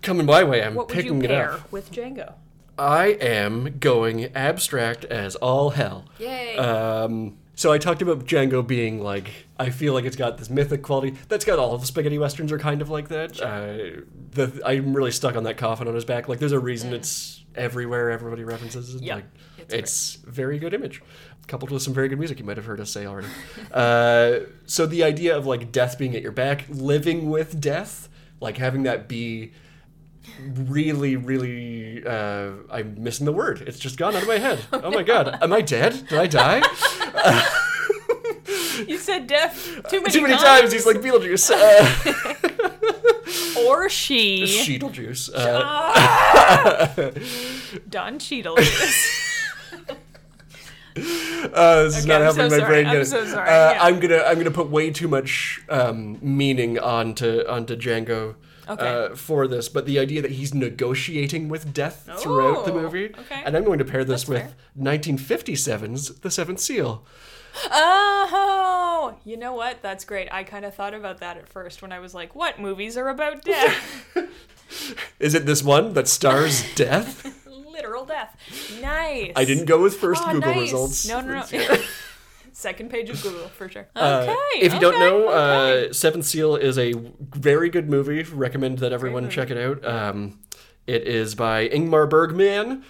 S1: coming my way, I'm
S2: What would
S1: picking
S2: you
S1: it
S2: pair
S1: up.
S2: with Django?
S1: I am going abstract as all hell.
S2: Yay.
S1: Um, so I talked about Django being like, I feel like it's got this mythic quality. That's got all of the spaghetti westerns are kind of like that. Uh, the, I'm really stuck on that coffin on his back. Like, there's a reason it's everywhere. Everybody references it.
S2: Yeah.
S1: Like,
S2: It's
S1: it's, very good image, coupled with some very good music. You might have heard us say already. *laughs* uh, so the idea of like death being at your back, living with death, like having that be really, really. Uh, I'm missing the word. It's just gone out of my head. Oh my god, am I dead? Did I
S2: *laughs*
S1: die?
S2: You said deaf too many,
S1: Too many times. He's like Beetlejuice. Uh,
S2: *laughs*
S1: *laughs*
S2: or she. Ah.
S1: Sheetlejuice. Uh,
S2: *laughs* Don Cheadle. is.
S1: uh, this is
S2: Okay,
S1: not
S2: I'm
S1: helping
S2: so
S1: my
S2: sorry.
S1: brain.
S2: I'm
S1: get it.
S2: so sorry,
S1: Uh,
S2: yeah.
S1: I'm gonna I'm gonna put way too much um, meaning onto onto Django.
S2: Okay.
S1: Uh, for this, but the idea that he's negotiating with death throughout the
S2: Oh,
S1: movie,
S2: okay.
S1: and I'm going to pair this
S2: That's
S1: with
S2: fair.
S1: 1957's *The Seventh Seal*.
S2: oh, you know what? That's great. I kind of thought about that at first when I was like, "What movies are about death? *laughs*
S1: Is it this one that stars death?
S2: Literal death." Nice.
S1: I didn't go with first
S2: Oh,
S1: Google
S2: nice.
S1: results.
S2: No, no, no. *laughs* Second page of Google for sure. *laughs* Okay.
S1: Uh, if you don't
S2: okay,
S1: know,
S2: okay.
S1: uh, Seventh Seal is a very good movie. Recommend that everyone
S2: movie.
S1: check it out. Um, it is by Ingmar Bergman,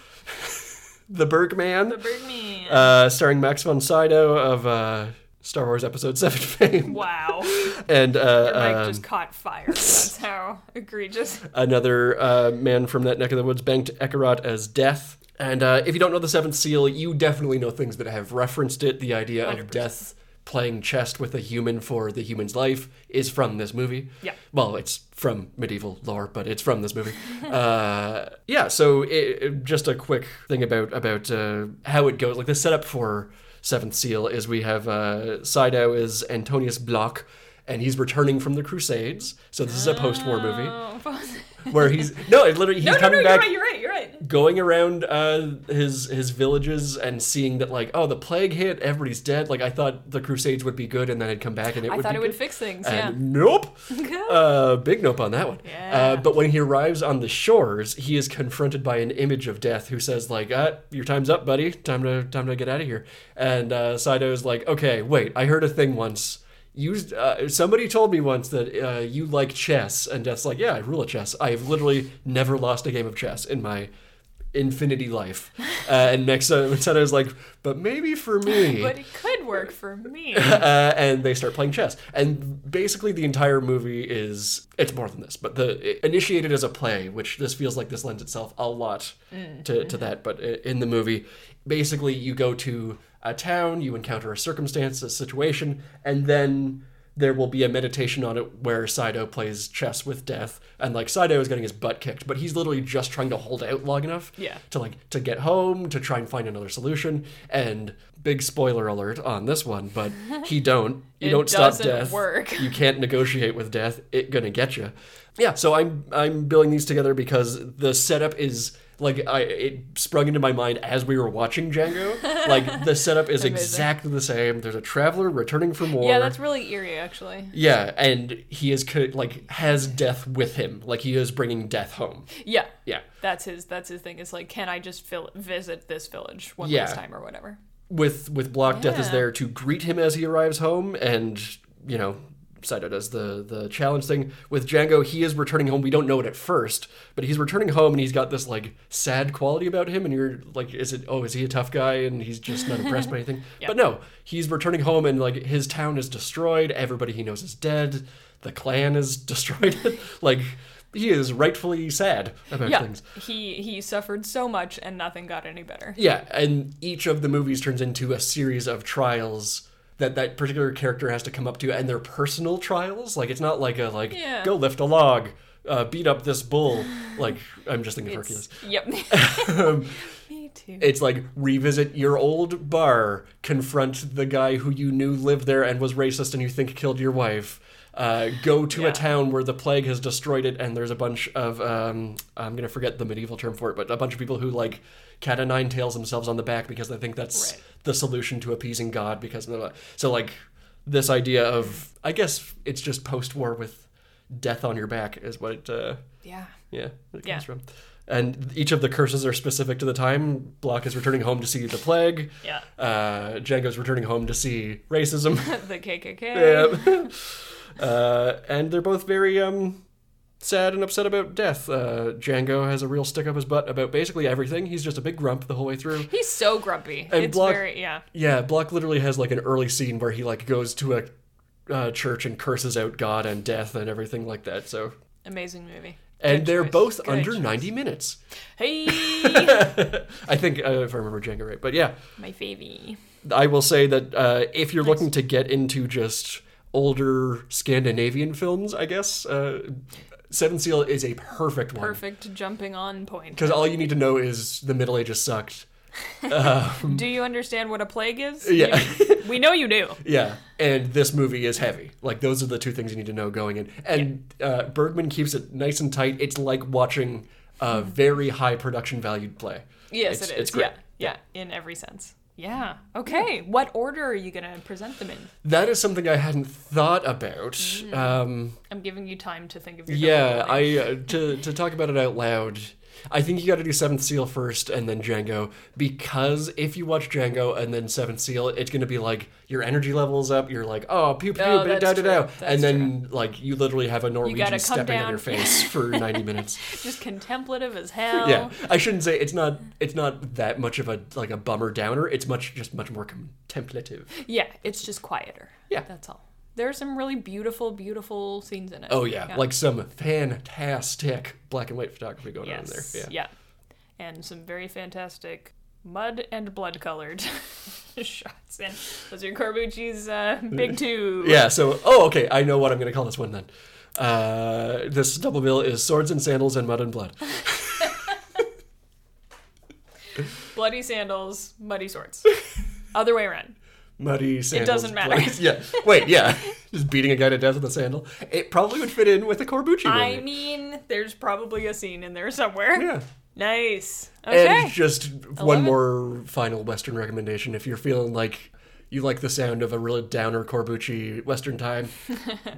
S1: *laughs* the Bergman,
S2: the Birdman.
S1: uh, starring Max von Sydow of uh, Star Wars Episode Seven *laughs* fame,
S2: wow,
S1: and uh,
S2: Mike
S1: um,
S2: just
S1: *laughs*
S2: caught fire. That's how egregious.
S1: another uh, man from that neck of the woods banked Ekarat as Death. And uh, if you don't know the Seventh Seal, you definitely know things that have referenced it. The idea of death playing chess with a human for the human's life is from this movie.
S2: Yeah.
S1: Well, it's from medieval lore, but it's from this movie. uh, yeah. So it, it- just a quick thing about about uh, how it goes. Like the setup for Seventh Seal is we have uh, Sido is Antonius Block. And he's returning from the Crusades, so this is a post-war *laughs* movie
S2: Oh, *laughs*
S1: where he's no, it literally he's
S2: no, no, no.
S1: coming
S2: You're
S1: back,
S2: right. You're right. You're right.
S1: going around uh, his his villages and seeing that like oh the plague hit, everybody's dead. Like I thought the Crusades would be good, and then it'd come back and it
S2: I
S1: would.
S2: thought
S1: be
S2: it would
S1: good.
S2: fix things. yeah.
S1: And
S2: *laughs*
S1: nope. Uh, big nope on that one.
S2: Yeah.
S1: Uh, but when he arrives on the shores, he is confronted by an image of death who says, like, ah, your time's up, buddy. Time to time to get out of here. And uh, Saito is like, okay, wait, I heard a thing once. You, uh, somebody told me once that uh, you like chess, and Death's like, yeah, I rule at chess. I've literally never lost a game of chess in my infinity
S2: *laughs*
S1: life. Uh, and next, uh, Saito's like, but maybe for me,
S2: But it could work
S1: *laughs*
S2: for me.
S1: uh, and they start playing chess. And basically, the entire movie is it's more than this, but the it initiated as a play, which this feels like this lends itself a lot to, to that. But i- in the movie, basically, you go to a town, you encounter a circumstance, a situation, and then there will be a meditation on it where Saito plays chess with death, and like Saito is getting his butt kicked, but he's literally just trying to hold out long enough
S2: Yeah.
S1: to like to get home to try and find another solution. And big spoiler alert on this one, but
S2: *laughs*
S1: he don't. You
S2: It
S1: don't stop
S2: doesn't
S1: death.
S2: work.
S1: You can't negotiate with death. It gonna get you. Yeah. So I'm I'm billing these together because the setup is. Like I, it sprung into my mind as we were watching
S2: *laughs*
S1: Django. Like the setup is exactly the same. There's a traveler returning from war.
S2: yeah, that's really eerie, actually.
S1: Yeah, and he is co- like has death with him. Like he is bringing death home.
S2: Yeah.
S1: Yeah,
S2: That's his. That's his thing. It's like, can I just fill, visit this village one
S1: Yeah.
S2: last time or whatever?
S1: with with Block, death is
S2: Yeah.
S1: there to greet him as he arrives home, and you know. Saito does the the challenge thing with Django. He is returning home. We don't know it at first, but he's returning home, and he's got this like sad quality about him. And you're like, is it? Oh, is he a tough guy? And he's just not impressed by
S2: *laughs*
S1: anything. But no, he's returning home, and like his town is destroyed. Everybody he knows is dead. The clan is *laughs* destroyed. like he is rightfully sad about
S2: Yeah.
S1: things.
S2: He he suffered so much, and nothing got any better.
S1: Yeah, and each of the movies turns into a series of trials that that particular character has to come up to and their personal trials. Like it's not like a like
S2: Yeah.
S1: go lift a log, uh, beat up this bull. Like I'm just thinking of Hercules.
S2: Yep.
S1: *laughs*
S2: *laughs*
S1: Um,
S2: Me too.
S1: it's like revisit your old bar, confront the guy who you knew lived there and was racist and you think killed your wife. Uh, go to
S2: Yeah.
S1: a town where the plague has destroyed it, and there's a bunch of um, I'm gonna forget the medieval term for it, but a bunch of people who like cat o' nine tails themselves on the back because they think that's
S2: Right.
S1: the solution to appeasing God. Because blah, blah. so like this idea of I guess it's just post war with death on your back is what it uh,
S2: yeah.
S1: yeah, where it
S2: Yeah.
S1: comes from. And each of the curses are specific to the time. Block is returning home to see the plague.
S2: Yeah.
S1: Uh, Django's returning home to see racism.
S2: *laughs*
S1: *laughs*
S2: The KKK.
S1: Yeah. uh, and they're both very um, sad and upset about death. Uh, Django has a real stick up his butt about basically everything. He's just a big grump the whole way through.
S2: He's so grumpy.
S1: And
S2: it's
S1: Block-
S2: very yeah.
S1: Yeah, Block literally has like an early scene where he like goes to a uh, church and curses out God and death and everything like that. So,
S2: Amazing movie.
S1: and
S2: Good
S1: they're
S2: choice.
S1: both
S2: Good
S1: under
S2: choice.
S1: ninety minutes.
S2: *laughs* Hey,
S1: I think uh, if I remember Django right, but yeah,
S2: my favy.
S1: I will say that uh, if you're looking to get into just older Scandinavian films, I guess uh, Seven Seal is a perfect one
S2: *laughs* Perfect jumping on point.
S1: because all you need to know is the Middle Ages sucked.
S2: Do you understand what a plague is?
S1: *laughs* Yeah.
S2: You- *laughs* we know you do.
S1: Yeah, and this movie is heavy. Like those are the two things you need to know going in. And uh, Bergman keeps it nice and tight. It's like watching a very high production valued play.
S2: Mm-hmm. Yes,
S1: It's-
S2: it is.
S1: it's great.
S2: Yeah. Yeah. In every sense. Yeah. Okay. What order are you gonna present them in?
S1: That is something I hadn't thought about.
S2: Mm-hmm.
S1: Um,
S2: I'm giving you time to think of your.
S1: Yeah,
S2: double
S1: I uh, to to talk about it out loud. I think you got to do Seventh Seal first and then Django because if you watch Django and then Seventh Seal, it's gonna be like your energy levels up. You're like, oh, pew pew,
S2: Oh,
S1: da
S2: that's
S1: da da,
S2: true.
S1: da,
S2: That's
S1: and then like you literally have a Norwegian
S2: come
S1: stepping on
S2: down.
S1: your
S2: *laughs*
S1: face for ninety minutes.
S2: order. Just contemplative as hell.
S1: Yeah, I shouldn't say it's not it's not that much of a like a bummer downer. It's much just much more contemplative.
S2: Yeah, it's just quieter.
S1: Yeah.
S2: That's all. There are some really beautiful, beautiful scenes in it.
S1: Oh yeah, like some fantastic black and white photography going on there.
S2: yes.
S1: Yeah.
S2: yeah. And some very fantastic mud and blood colored *laughs* shots. And those are Corbucci's uh, big two.
S1: Mm. Yeah, so, oh, okay, I know what I'm going to call this one then. Uh, this double bill is Swords and Sandals and Mud and Blood.
S2: Bloody sandals, muddy swords.
S1: *laughs*
S2: Other way around.
S1: Muddy sandals.
S2: doesn't matter.
S1: blood- *laughs* Yeah, wait, yeah. Just beating a guy to death with a sandal. It probably would fit in with a Corbucci
S2: I
S1: movie.
S2: mean, there's probably a scene in there somewhere.
S1: yeah.
S2: Nice.
S1: And
S2: Okay.
S1: just one
S2: it.
S1: more final Western recommendation. If you're feeling like you like the sound of a really downer Corbucci Western
S2: *laughs*
S1: time,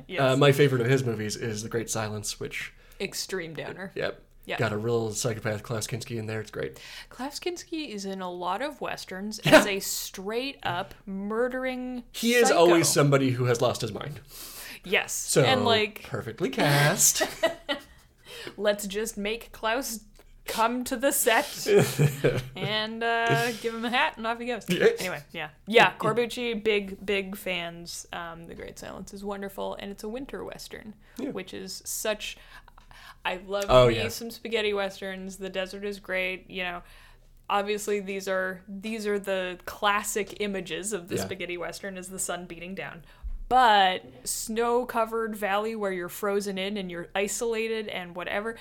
S2: yes.
S1: uh, my favorite of his movies is The Great Silence, which,
S2: Extreme downer.
S1: yep.
S2: Yeah.
S1: Got a real psychopath Klaus Kinski in there. It's great.
S2: Klaus Kinski is in a lot of westerns as a straight up murdering.
S1: He is
S2: psycho.
S1: always somebody who has lost his mind.
S2: yes,
S1: So
S2: and like
S1: perfectly
S2: *laughs*
S1: cast.
S2: let's just make Klaus come to
S1: *laughs*
S2: the set and uh, give him a hat and off he goes.
S1: Yeah.
S2: Anyway, yeah, yeah, Corbucci, big big fans. Um, the Great Silence is wonderful, and it's a winter western, which is such. I love
S1: Oh,
S2: me
S1: yeah.
S2: some spaghetti westerns. The desert is great, you know. Obviously, these are these are the classic images of the
S1: Yeah.
S2: spaghetti western is the sun beating down. But snow-covered valley where you're frozen in and you're isolated and whatever,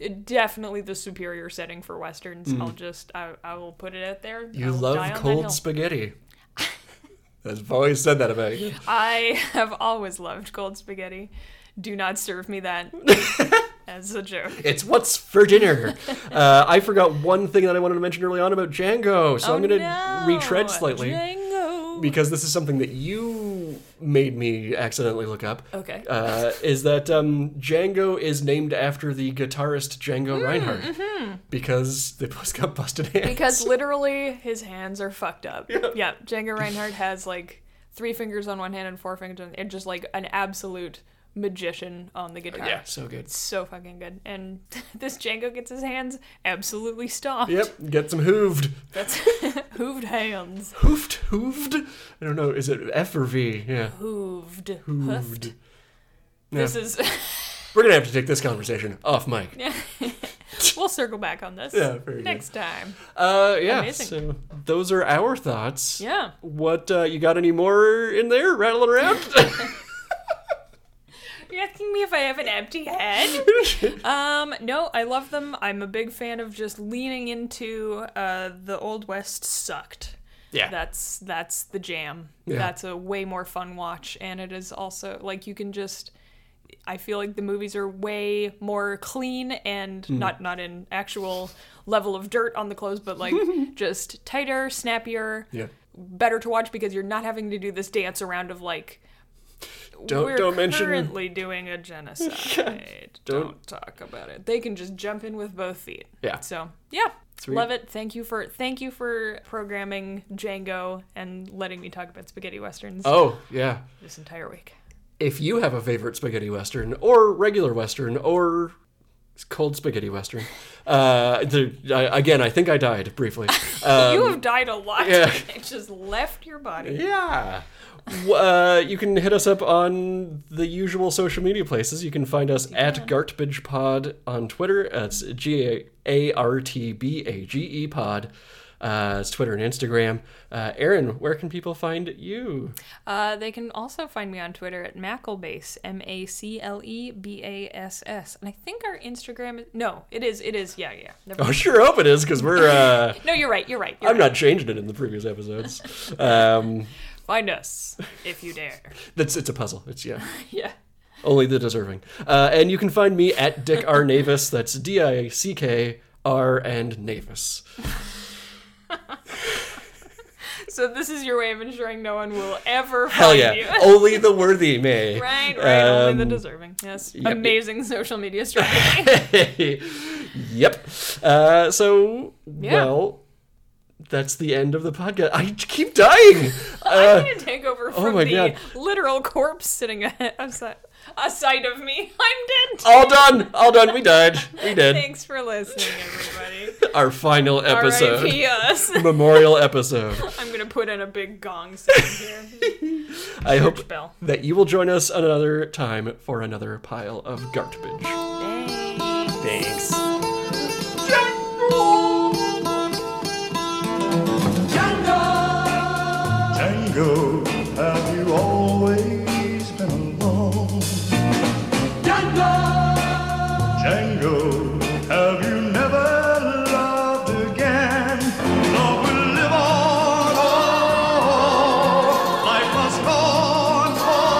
S2: it- definitely the superior setting for westerns. I'll just I, I will put it out there. I
S1: Mm. you
S2: will die on
S1: love
S2: that
S1: cold
S2: hill. *laughs*
S1: spaghetti. I've always said that about you.
S2: I have always loved cold spaghetti. Do not serve
S1: *laughs*
S2: me that as a joke.
S1: It's what's for
S2: *laughs*
S1: dinner. Uh, I forgot one thing that I wanted to mention early on about Django, so I'm
S2: Oh,
S1: going to
S2: no.
S1: retread slightly
S2: Django.
S1: because this is something that you made me accidentally look up.
S2: Okay.
S1: Uh, is that um, Django is named after the guitarist Django
S2: Hmm,
S1: Reinhardt
S2: mm-hmm.
S1: because they both got busted hands.
S2: Because literally his hands are fucked up. Yeah. Django Reinhardt has like three fingers on one hand and four fingers on and just like an absolute magician on the
S1: *laughs*
S2: guitar.
S1: yeah, so good.
S2: So fucking good. And *laughs* this Django gets his hands absolutely stomped.
S1: Yep, get some hooved.
S2: That's *laughs* hooved hands.
S1: Hoofed, hooved. I don't know. Is it F or V? Yeah.
S2: Oh, Hooved.
S1: Hooved.
S2: Hoofed. This is *laughs*
S1: We're gonna have to take this conversation off mic.
S2: We'll circle back on this
S1: Yeah, very good.
S2: next time.
S1: Uh, yeah.
S2: Amazing.
S1: So those are our thoughts.
S2: Yeah.
S1: What uh, you got? Any more in there rattling
S2: *laughs*
S1: around? *laughs*
S2: You're asking me if I have an empty head? *laughs* Um, no, I love them. I'm a big fan of just leaning into uh, the Old West sucked.
S1: yeah.
S2: That's that's the jam.
S1: Yeah.
S2: That's a way more fun watch, and it is also like you can just. I feel like the movies are way more clean and
S1: Hmm.
S2: not not in actual level of dirt on the clothes,
S1: *laughs*
S2: but like just tighter, snappier,
S1: yeah.
S2: better to watch because you're not having to do this dance around of like.
S1: Don't-
S2: we're
S1: don't mention-
S2: currently doing a genocide.
S1: *laughs* Don't-
S2: don't. talk about it. They can just jump in with both feet.
S1: Yeah.
S2: So yeah,
S1: Sweet.
S2: love it. Thank you for thank you for programming Django and letting me talk about spaghetti westerns
S1: Oh yeah.
S2: this entire week.
S1: If you have a favorite spaghetti western or regular western or cold spaghetti western, uh, the, I, again, I think I died
S2: *laughs*
S1: briefly.
S2: you have died a lot.
S1: Um, yeah.
S2: *laughs* It just left your body.
S1: Yeah. W- uh, you can hit us up on the usual social media places. You can find us at Gartbage Pod on Twitter. That's G A R T B A G E Pod. Uh, it's Twitter and Instagram. Uh, Aaron, where can people find you?
S2: Uh, they can also find me on Twitter at Maclebase, M A C L E B A S S. And I think our Instagram is. No, it is. It is. Yeah, yeah. Never
S1: Oh, sure hope it is because we're. Uh,
S2: No, you're right. You're right. You're
S1: I'm
S2: right.
S1: not changing it in the previous episodes. Um,
S2: Find us if
S1: *laughs*
S2: you dare.
S1: that's it's a puzzle. It's yeah.
S2: yeah.
S1: Only the deserving. Uh, and you can find me at Dick R. Navis. That's D I C K R and Navis.
S2: So this is your way of ensuring no one will ever
S1: Hell
S2: find you. *laughs*
S1: yeah. Only the worthy may.
S2: right, right. only
S1: Um,
S2: the deserving. Yes.
S1: yep.
S2: Amazing
S1: *laughs*
S2: social media strategy.
S1: *laughs*
S2: *laughs*
S1: yep. Uh, so,
S2: Yeah.
S1: well, that's the end of the podcast. I keep dying.
S2: I'm
S1: Uh,
S2: gonna take over from
S1: my
S2: the
S1: God.
S2: literal corpse sitting a- aside, aside of me. *laughs* I'm dead.
S1: all done. All done. We died. We did.
S2: Thanks for listening, everybody.
S1: Our final *laughs* episode.
S2: R.I.P.
S1: *laughs*
S2: us.
S1: Memorial episode.
S2: I'm gonna put in a big gong sound
S1: *laughs*
S2: here.
S1: I hope
S2: *laughs* Bell.
S1: that you will join us another time for another pile of garbage. Thanks.
S3: Django, have you always been alone? Django, have you never loved again? Love will live on, on. Life must go on, on.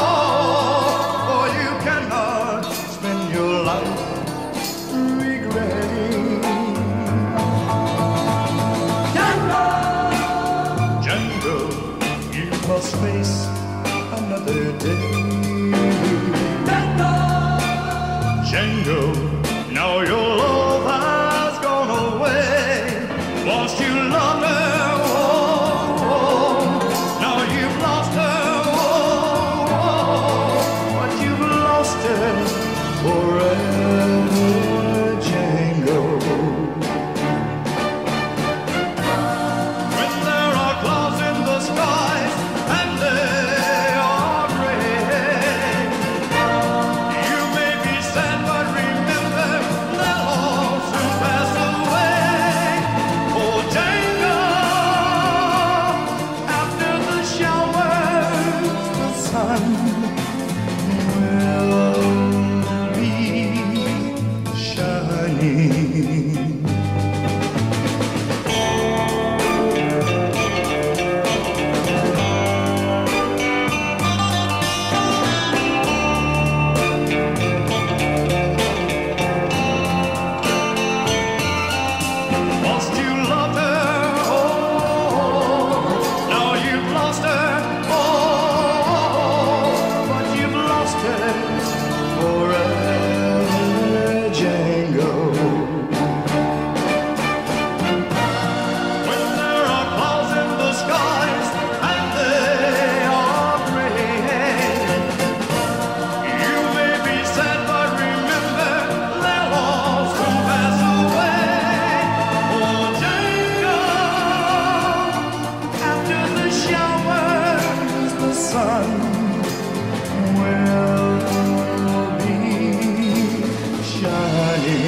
S3: oh, For you cannot spend your life regretting. Django, you must face another day. Django, now your love has gone away. Once you loved her, oh, oh, now you've lost her, oh, oh, but you've lost her forever, Django. When there are clouds in the sky and they are gray, you may be sad, but remember that all soon pass away. Oh, Django, after the showers, the sun will be shining. Lost you loved her, oh. Now you've lost her, oh. But you've lost her forever, Django. When there are clouds in the skies and they are gray, you may be sad, but remember they'll all soon pass away. Oh, Django, after the showers, the sun will be shining. oh, Oh,